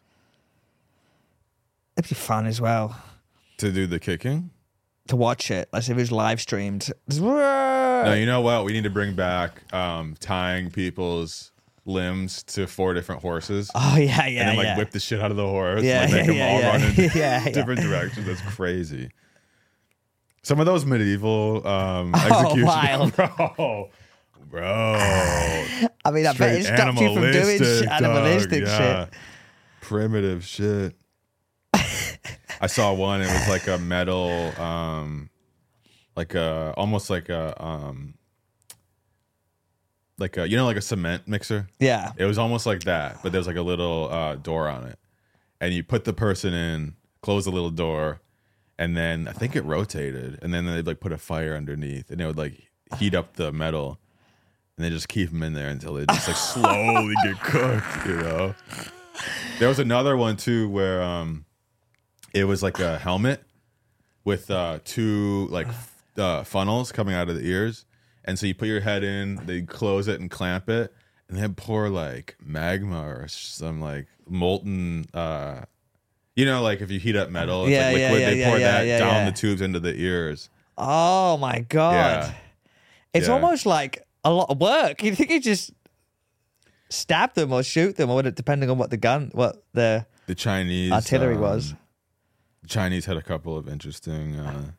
S1: It'd be fun as well
S2: to do the kicking.
S1: to watch it. Like if it was live streamed.
S2: Now you know what we need to bring back um, tying people's limbs to four different horses,
S1: Oh yeah, yeah,
S2: and then like
S1: yeah.
S2: whip the shit out of the horse,
S1: Yeah,
S2: and like,
S1: yeah,
S2: make
S1: yeah,
S2: them all
S1: (laughs) yeah.
S2: run in
S1: Yeah, yeah.
S2: (laughs) different directions. That's crazy. Some of those medieval um,
S1: (laughs) Oh,
S2: executions,
S1: wild.
S2: (laughs) bro, bro.
S1: I mean, I bet it
S2: Straight
S1: stopped you from doing
S2: animalistic,
S1: shit, animalistic
S2: dog, yeah.
S1: shit. (laughs)
S2: Primitive shit. I saw one. It was like a metal, um, like a almost like a, um, like a you know like a cement mixer.
S1: Yeah,
S2: It was almost like that, but there's like a little uh, door on it, and you put the person in, close the little door, and then I think it rotated, and then they'd like put a fire underneath, and it would like heat up the metal, and they just keep them in there until they just like slowly get cooked, you know. There was another one too where um, it was like a helmet with uh, two
S1: (sighs)
S2: like f- uh, funnels coming out of the ears, and so you put your head in, they close it and clamp it, and then pour like magma or some like molten. Uh, you know, like if you heat up metal, it's
S1: Yeah,
S2: like
S1: yeah,
S2: liquid.
S1: yeah,
S2: they
S1: yeah,
S2: pour
S1: yeah,
S2: that
S1: yeah,
S2: down
S1: yeah.
S2: the tubes into the ears.
S1: Oh my god.
S2: Yeah.
S1: It's
S2: Yeah.
S1: almost like a lot of work. You think you just stab them or shoot them or what depending on what the gun what the
S2: The Chinese
S1: artillery
S2: um,
S1: Ah, was.
S2: Chinese had a couple of interesting. Uh,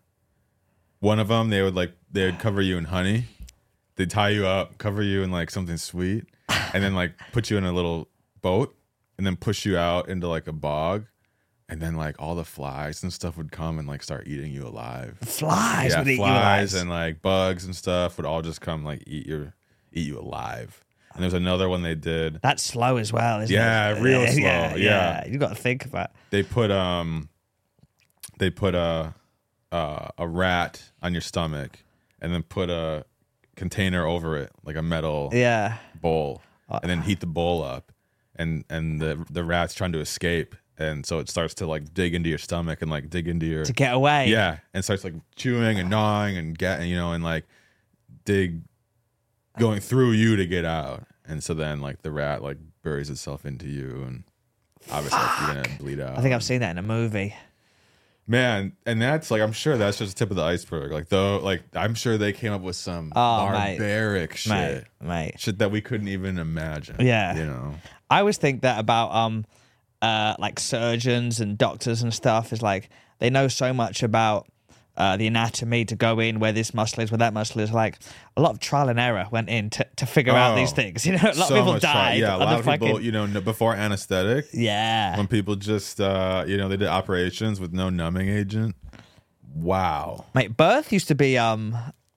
S2: one of them, they would like they would cover you in honey. They would tie you up, cover you in like something sweet, and then like put you in a little boat, and then push you out into like a bog, and then like all the flies and stuff would come and like start eating you alive.
S1: Flies
S2: yeah,
S1: would eat you
S2: flies
S1: alive.
S2: and like bugs and stuff would all just come like eat your eat you alive. And there's another one they did.
S1: That's slow as well, isn't
S2: Yeah,
S1: it?
S2: real
S1: (laughs)
S2: slow,
S1: Yeah,
S2: yeah.
S1: You gotta think about
S2: They put um, they put a uh, a rat on your stomach, and then put a container over it, like a metal
S1: Yeah. Uh,
S2: bowl, and then heat the bowl up, and and the the rat's trying to escape, and so it starts to like dig into your stomach and like dig into your
S1: To get away.
S2: yeah, and starts like chewing and gnawing and get you know and like dig going through you to get out, and so then like the rat like buries itself into you, and obviously like, you're gonna bleed out.
S1: I think I've seen that in a movie.
S2: man, and that's like I'm sure that's just the tip of the iceberg. Like though, like I'm sure they came up with some
S1: Oh, mate.
S2: barbaric shit,
S1: Mate, mate.
S2: shit that we couldn't even imagine.
S1: Yeah.
S2: you know,
S1: I always think that about um, uh, like surgeons and doctors and stuff is like they know so much about uh, the anatomy to go in where this muscle is, where that muscle is. Like a lot of trial and error went in to, to figure out these
S2: Oh.
S1: things. (laughs) You know, a lot
S2: so
S1: of people
S2: much fun.
S1: died.
S2: Yeah, a
S1: on
S2: lot
S1: the
S2: of
S1: fucking,
S2: people, you know, n- before anesthetic,
S1: yeah.
S2: when people just, uh, you know, they did operations with no numbing agent. Wow.
S1: Mate, birth used to be um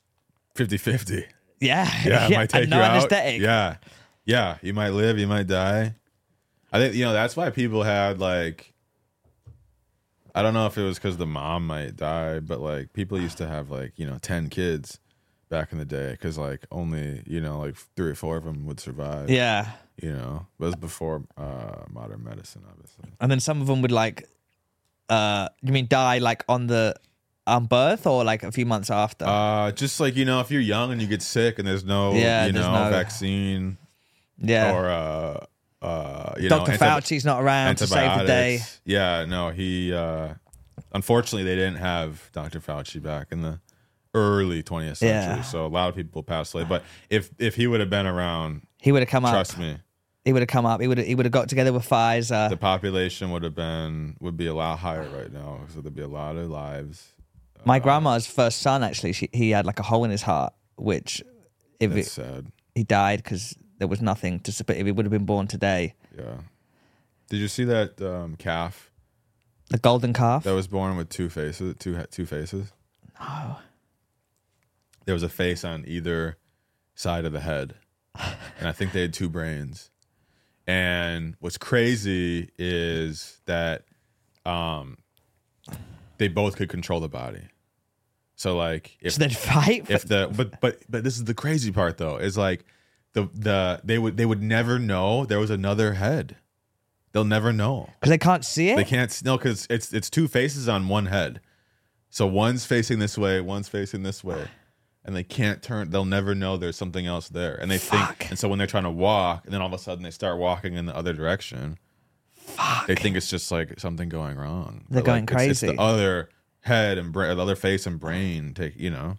S1: (laughs)
S2: 50 50.
S1: yeah
S2: (laughs) Yeah, it might take
S1: and no
S2: you out.
S1: anesthetic.
S2: Yeah. Yeah. You might live, you might die. I think, you know, that's why people had like, I don't know if it was because the mom might die, but like people used to have like, you know, 10 kids back in the day because like only, you know, like three or four of them would survive.
S1: Yeah.
S2: You know, it was before uh, modern medicine, obviously.
S1: And then some of them would like uh you mean die like on the on birth or like a few months after?
S2: Uh, just like, you know, if you're young and you get sick and there's no,
S1: Yeah,
S2: you
S1: there's
S2: know,
S1: no-
S2: vaccine
S1: yeah.
S2: or, uh, uh, you
S1: Dr.
S2: know, anti-
S1: Fauci's not around to save the day.
S2: antibiotics. Yeah, no, he uh unfortunately they didn't have Dr. Fauci back in the early 20th century.
S1: Yeah.
S2: So a lot of people passed away, but if if he would have been around,
S1: He would have come up.
S2: trust me,
S1: He would have come up. He would he would have got together with Pfizer.
S2: the population would have been would be a lot higher right now. So there'd be a lot of lives. uh,
S1: My grandma's first son actually she, he had like a hole in his heart which if
S2: That's
S1: it,
S2: sad.
S1: he died cuz there was nothing to support if he would have been born today.
S2: Yeah. Did you see that um, calf
S1: The golden calf.
S2: that was born with two faces? Two ha- two faces. No. There was a face on either side of the head. and I think they had two brains. And what's crazy is that um, they both could control the body. So like if
S1: So they'd (laughs) fight. For,
S2: if the but but but this is the crazy part though is like the the they would they would never know there was another head. They'll never know.
S1: Cause they can't see it.
S2: They can't s- no because it's it's two faces on one head. So one's facing this way, one's facing this way, and they can't turn. They'll never know there's something else there, and they
S1: Fuck.
S2: think. And so when they're trying to walk, and then all of a sudden they start walking in the other direction. They think it's just like something going wrong.
S1: They're
S2: But,
S1: going
S2: like, it's- it's
S1: crazy.
S2: the other head and bra- the other face and brain take. You know,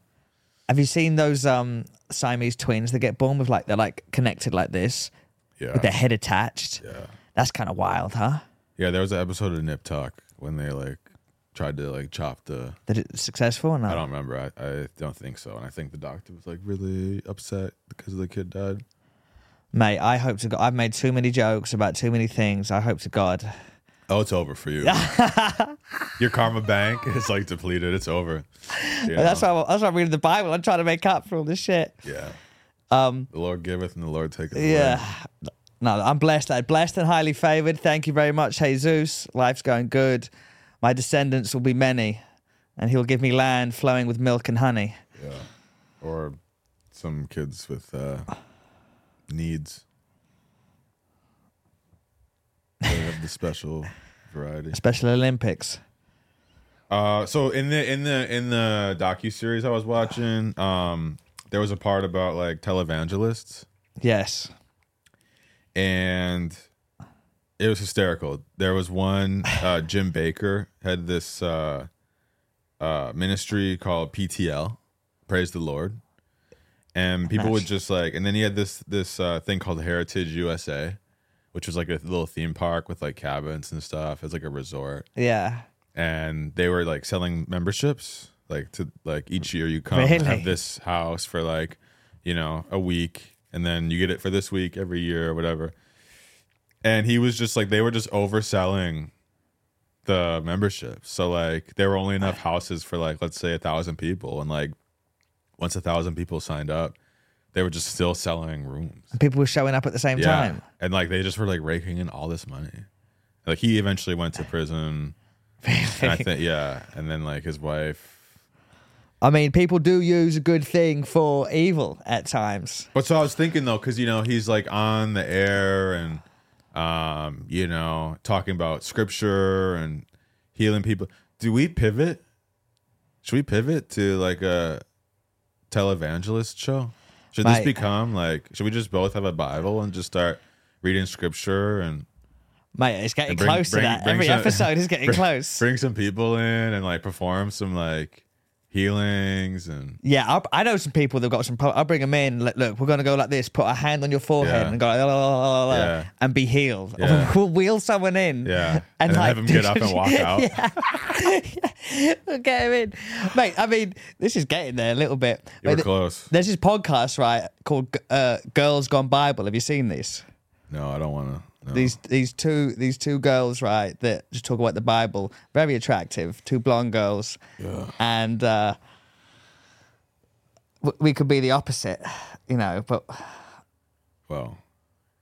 S1: Have you seen those um, Siamese twins that get born with like they're like connected like this
S2: yeah,
S1: with their head attached? Yeah. That's kind of wild, huh?
S2: yeah. There was an episode of Nip Tuck when they like tried to like chop the
S1: That it's successful or
S2: I
S1: not?
S2: don't remember. I, I don't think so. And I think the doctor was like really upset because the kid died.
S1: Mate, I hope to God. I've made too many jokes about too many things. I hope to God.
S2: Oh, it's over for
S1: (laughs)
S2: you. Your karma bank is like depleted. It's over. Yeah.
S1: That's why. I'm- That's why I'm reading the Bible. I'm trying to make up for all this shit.
S2: yeah. Um, the Lord giveth and the Lord taketh. away.
S1: Yeah. No, I'm blessed. I'm blessed and highly favored. Thank you very much, Jesus. Life's going good. My descendants will be many, and he will give me land flowing with milk and honey.
S2: Yeah. Or some kids with uh, needs. They have the special variety.
S1: Special Olympics.
S2: Uh, so in the in the in the docu series I was watching, um, there was a part about like televangelists.
S1: Yes.
S2: and it was hysterical. There was one uh, Jim Baker had this uh, uh, ministry called PTL, Praise the Lord, and people would
S1: Nice.
S2: just like, and then he had this this uh, thing called Heritage USA, which was like a little theme park with like cabins and stuff. It's like a resort,
S1: Yeah.
S2: and they were like selling memberships, like to like each year you come
S1: Really?
S2: have this house for like you know a week, and then you get it for this week every year or whatever and he was just like they were just overselling the membership so like there were only enough houses for like let's say a thousand people and like once a thousand people signed up they were just still selling rooms
S1: people were showing up at the same time.
S2: and like they just were like raking in all this money like he eventually went
S1: (laughs)
S2: to prison and i think yeah and then like his wife
S1: I mean, people do use a good thing for evil at times.
S2: But so I was thinking though, because you know he's like on the air and um, you know talking about scripture and healing people. Do we pivot? Should we pivot to like a televangelist show? Should this
S1: Mate.
S2: become like? Should we just both have a Bible and just start reading scripture and
S1: Mate, it's getting
S2: Bring-
S1: close
S2: bring-
S1: to that.
S2: (laughs) bring
S1: Every
S2: some-
S1: episode is getting
S2: bring-
S1: close.
S2: bring some people in and like perform some like healings and
S1: Yeah, I'll, I know some people that've got some. Pro- I'll bring them in. Like, look, we're gonna go like this. Put a hand on your forehead
S2: Yeah.
S1: and go la, la, la, la, la,
S2: Yeah.
S1: and be healed.
S2: Yeah.
S1: (laughs) we'll wheel someone in. (laughs)
S2: yeah, and, then have him get up and walk out.
S1: Yeah. we'll get him in, mate. I mean, this is getting there a little bit.
S2: You
S1: Mate,
S2: were
S1: th-
S2: close.
S1: there's this podcast right called uh, Girls Gone Bible. Have you seen this?
S2: No, I don't want to. No.
S1: These these two these two girls right that just talk about the Bible. Very attractive, two blonde girls, and uh, w- we could be the opposite, you know. But
S2: well,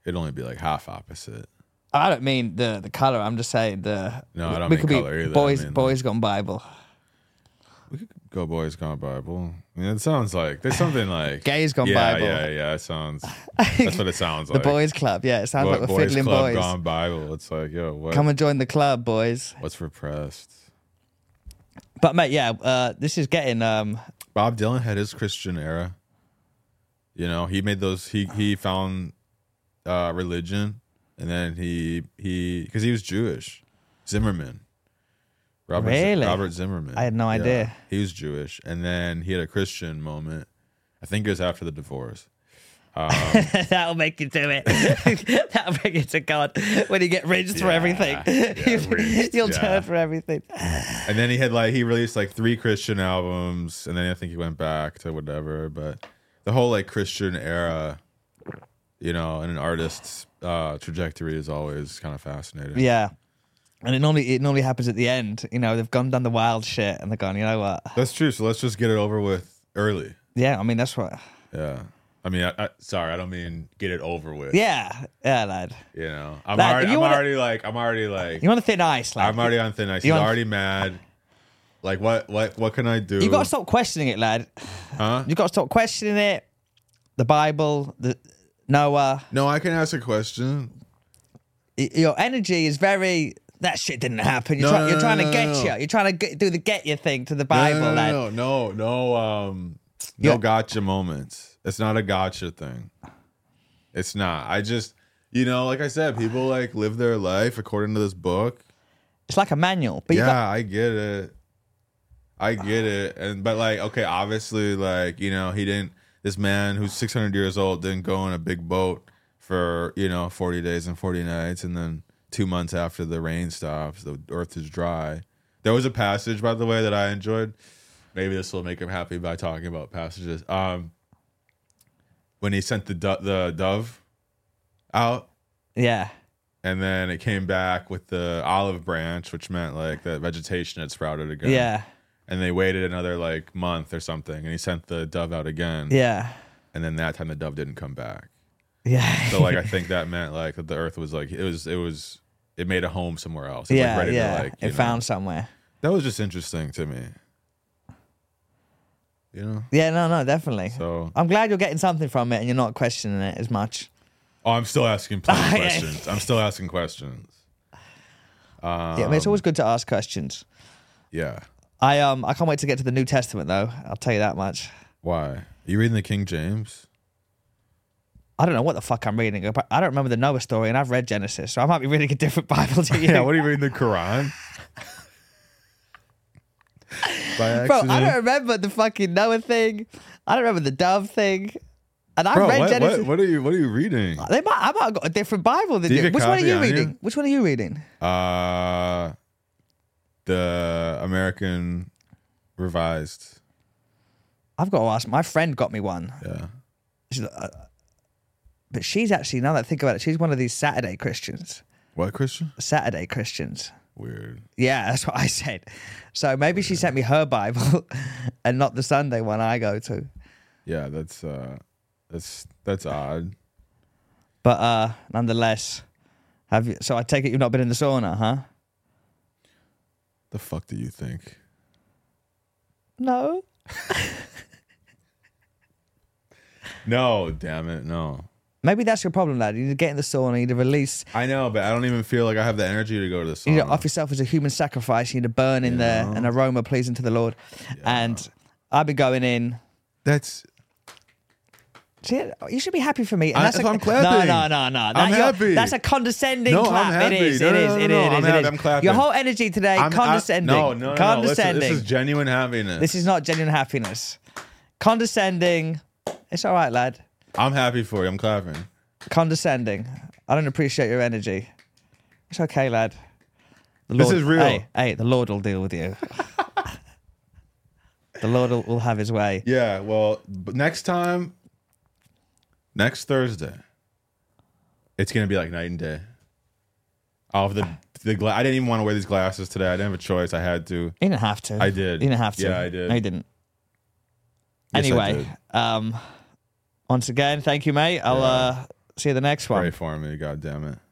S2: it'd only be like half opposite.
S1: I don't mean the the color. I'm just saying the
S2: No, I don't
S1: we
S2: mean
S1: could be
S2: colour either, I
S1: boys
S2: mean,
S1: boys gone Bible,
S2: Go boys gone Bible. I mean, it sounds like there's something like
S1: (laughs) Gays Gone
S2: yeah,
S1: Bible.
S2: Yeah, yeah,
S1: (laughs)
S2: It sounds. That's what it sounds
S1: the
S2: like.
S1: boys club. Yeah, it sounds
S2: Bo-
S1: like we're
S2: boys
S1: fiddling
S2: club
S1: boys.
S2: gone Bible. It's like yo, what,
S1: Come and join the club, boys.
S2: what's repressed?
S1: But mate, yeah, uh, this is getting um,
S2: Bob Dylan had his Christian era. You know, he made those. He he found uh, religion, and then he he because he was Jewish. Zimmerman, Robert Z-
S1: Really?
S2: Robert Zimmerman.
S1: I had no idea.
S2: He was Jewish, and then he had a Christian moment. I think it was after the divorce.
S1: (laughs) That'll make you do (laughs) it. That'll bring you to God when you get rinsed for
S2: Yeah,
S1: everything.
S2: yeah,
S1: (laughs)
S2: rinsed,
S1: You'll
S2: yeah.
S1: turn for everything.
S2: And then he had like he released like three Christian albums, and then I think he went back to whatever. But the whole like Christian era, you know, in an artist's uh, trajectory is always kind of
S1: (laughs)
S2: fascinating.
S1: Yeah. And it normally it normally happens at the end. You know, they've gone down the wild shit and they're gone, you know what?
S2: That's true. So let's just get it over with early.
S1: Yeah, I mean that's what
S2: Yeah. I mean, I, I, sorry, I don't mean get it over with.
S1: Yeah. Yeah, lad.
S2: You know, I'm
S1: Like,
S2: already,
S1: you
S2: I'm
S1: wanna-
S2: already like, I'm already like,
S1: You want a thin ice, lad.
S2: I'm already on thin ice.
S1: you
S2: He's
S1: wanna-
S2: already mad. Like, what, what, what can I do?
S1: You've got to stop questioning it, lad.
S2: huh?
S1: You've got to stop questioning it. The Bible, the Noah.
S2: No, I can ask a question.
S1: Y- Your energy is very that shit didn't happen. You're,
S2: No,
S1: try-
S2: no,
S1: you're
S2: no,
S1: trying
S2: no,
S1: to get
S2: no, no.
S1: you. You're trying to get, do the get you thing to the Bible,
S2: no,
S1: lad.
S2: no, no, no, no, um, no
S1: Yeah.
S2: gotcha moments. It's not a gotcha thing. It's not. I just, you know, like I said, people like live their life according to this book.
S1: It's like a manual. But you've
S2: yeah,
S1: got-
S2: I get it. I get it. And but like, okay, obviously, like you know, he didn't. This man who's 600 years old didn't go in a big boat for you know 40 days and 40 nights, and then two months after the rain stops, the earth is dry. There was a passage, by the way, that I enjoyed. Maybe this will make him happy by talking about passages. Um, when he sent the do- the dove out,
S1: Yeah.
S2: and then it came back with the olive branch, which meant like that vegetation had sprouted again.
S1: Yeah.
S2: And they waited another like month or something, and he sent the dove out again.
S1: Yeah.
S2: And then that time the dove didn't come back.
S1: Yeah.
S2: So like I think that meant like that the earth was like it was it was it made a home somewhere else. It was,
S1: yeah.
S2: like, ready
S1: yeah.
S2: To, like, you
S1: it
S2: know.
S1: found somewhere.
S2: that was just interesting to me. You know.
S1: Yeah. No. No. Definitely.
S2: So
S1: I'm glad you're getting something from it and you're not questioning it as much.
S2: oh, I'm still asking plenty of
S1: (laughs) Okay.
S2: questions. I'm still asking questions.
S1: yeah. I mean, it's
S2: Um,
S1: always good to ask questions.
S2: Yeah.
S1: I um I can't wait to get to the New Testament though. I'll tell you that much.
S2: Why? you reading the King James?
S1: I don't know what the fuck I'm reading. I don't remember the Noah story, and I've read Genesis, so I might be reading a different (laughs) Bible
S2: (laughs)
S1: to you.
S2: Yeah, what do you mean the Quran? By
S1: Bro,
S2: accident.
S1: I don't remember the fucking Noah thing. I don't remember the dove thing. And I
S2: Bro,
S1: read
S2: what,
S1: Genesis.
S2: what, what are you what are you reading?
S1: They might, I might have got a different Bible than
S2: Did you
S1: you.
S2: get
S1: Which one are
S2: copy
S1: you
S2: on you?
S1: reading? Which one are you reading?
S2: Uh the American revised.
S1: I've got to ask. My friend got me one.
S2: Yeah.
S1: She's, uh, but she's actually now that I think about it, she's one of these Saturday Christians.
S2: What Christian?
S1: Saturday Christians.
S2: Weird.
S1: Yeah, that's what I said. So maybe she sent me her Bible (laughs) and not the Sunday one I go to.
S2: Yeah, that's uh that's that's odd.
S1: But uh nonetheless, have you? So I take it you've not been in the sauna, huh?
S2: The fuck do you think?
S1: No.
S2: No, damn it, no.
S1: Maybe that's your problem, lad. You need to get in the sauna. You need to release.
S2: I know, but I don't even feel like I have the energy to go to the
S1: You
S2: sauna.
S1: need to offer yourself as a human sacrifice. You need to burn in there an aroma pleasing to the Lord. And I've been going in.
S2: that's
S1: See, you should be happy for me. And
S2: I-
S1: that's
S2: if
S1: a,
S2: I'm
S1: No,
S2: clapping.
S1: no, no, no. That,
S2: I'm
S1: you're-
S2: happy.
S1: That's a condescending
S2: No, I'm
S1: clap.
S2: happy.
S1: It is.
S2: No,
S1: it
S2: no,
S1: is.
S2: no,
S1: it
S2: no,
S1: is,
S2: I'm
S1: it
S2: happy.
S1: is.
S2: I'm clapping.
S1: Your whole energy today,
S2: I'm- I-
S1: condescending.
S2: no, no, no, no. Listen,
S1: condescending.
S2: this is genuine happiness.
S1: This is not genuine happiness. Condescending. It's all right, lad.
S2: I'm happy for you. I'm clapping.
S1: Condescending. I don't appreciate your energy. It's okay, lad. The
S2: This is real.
S1: Hey, hey, the Lord will deal with you. (laughs) the Lord will, will have his way.
S2: Yeah. Well, but next time, next Thursday, it's gonna be like night and day. I'll have the the gla- I didn't even want to wear these glasses today. I didn't have a choice. I had to.
S1: You didn't have to.
S2: I did.
S1: You didn't have to.
S2: Yeah, I did.
S1: No, you didn't.
S2: Yes, I
S1: anyway,
S2: did.
S1: um, once again, thank you, mate. I'll uh, see you the next one.
S2: Pray for me. God damn it.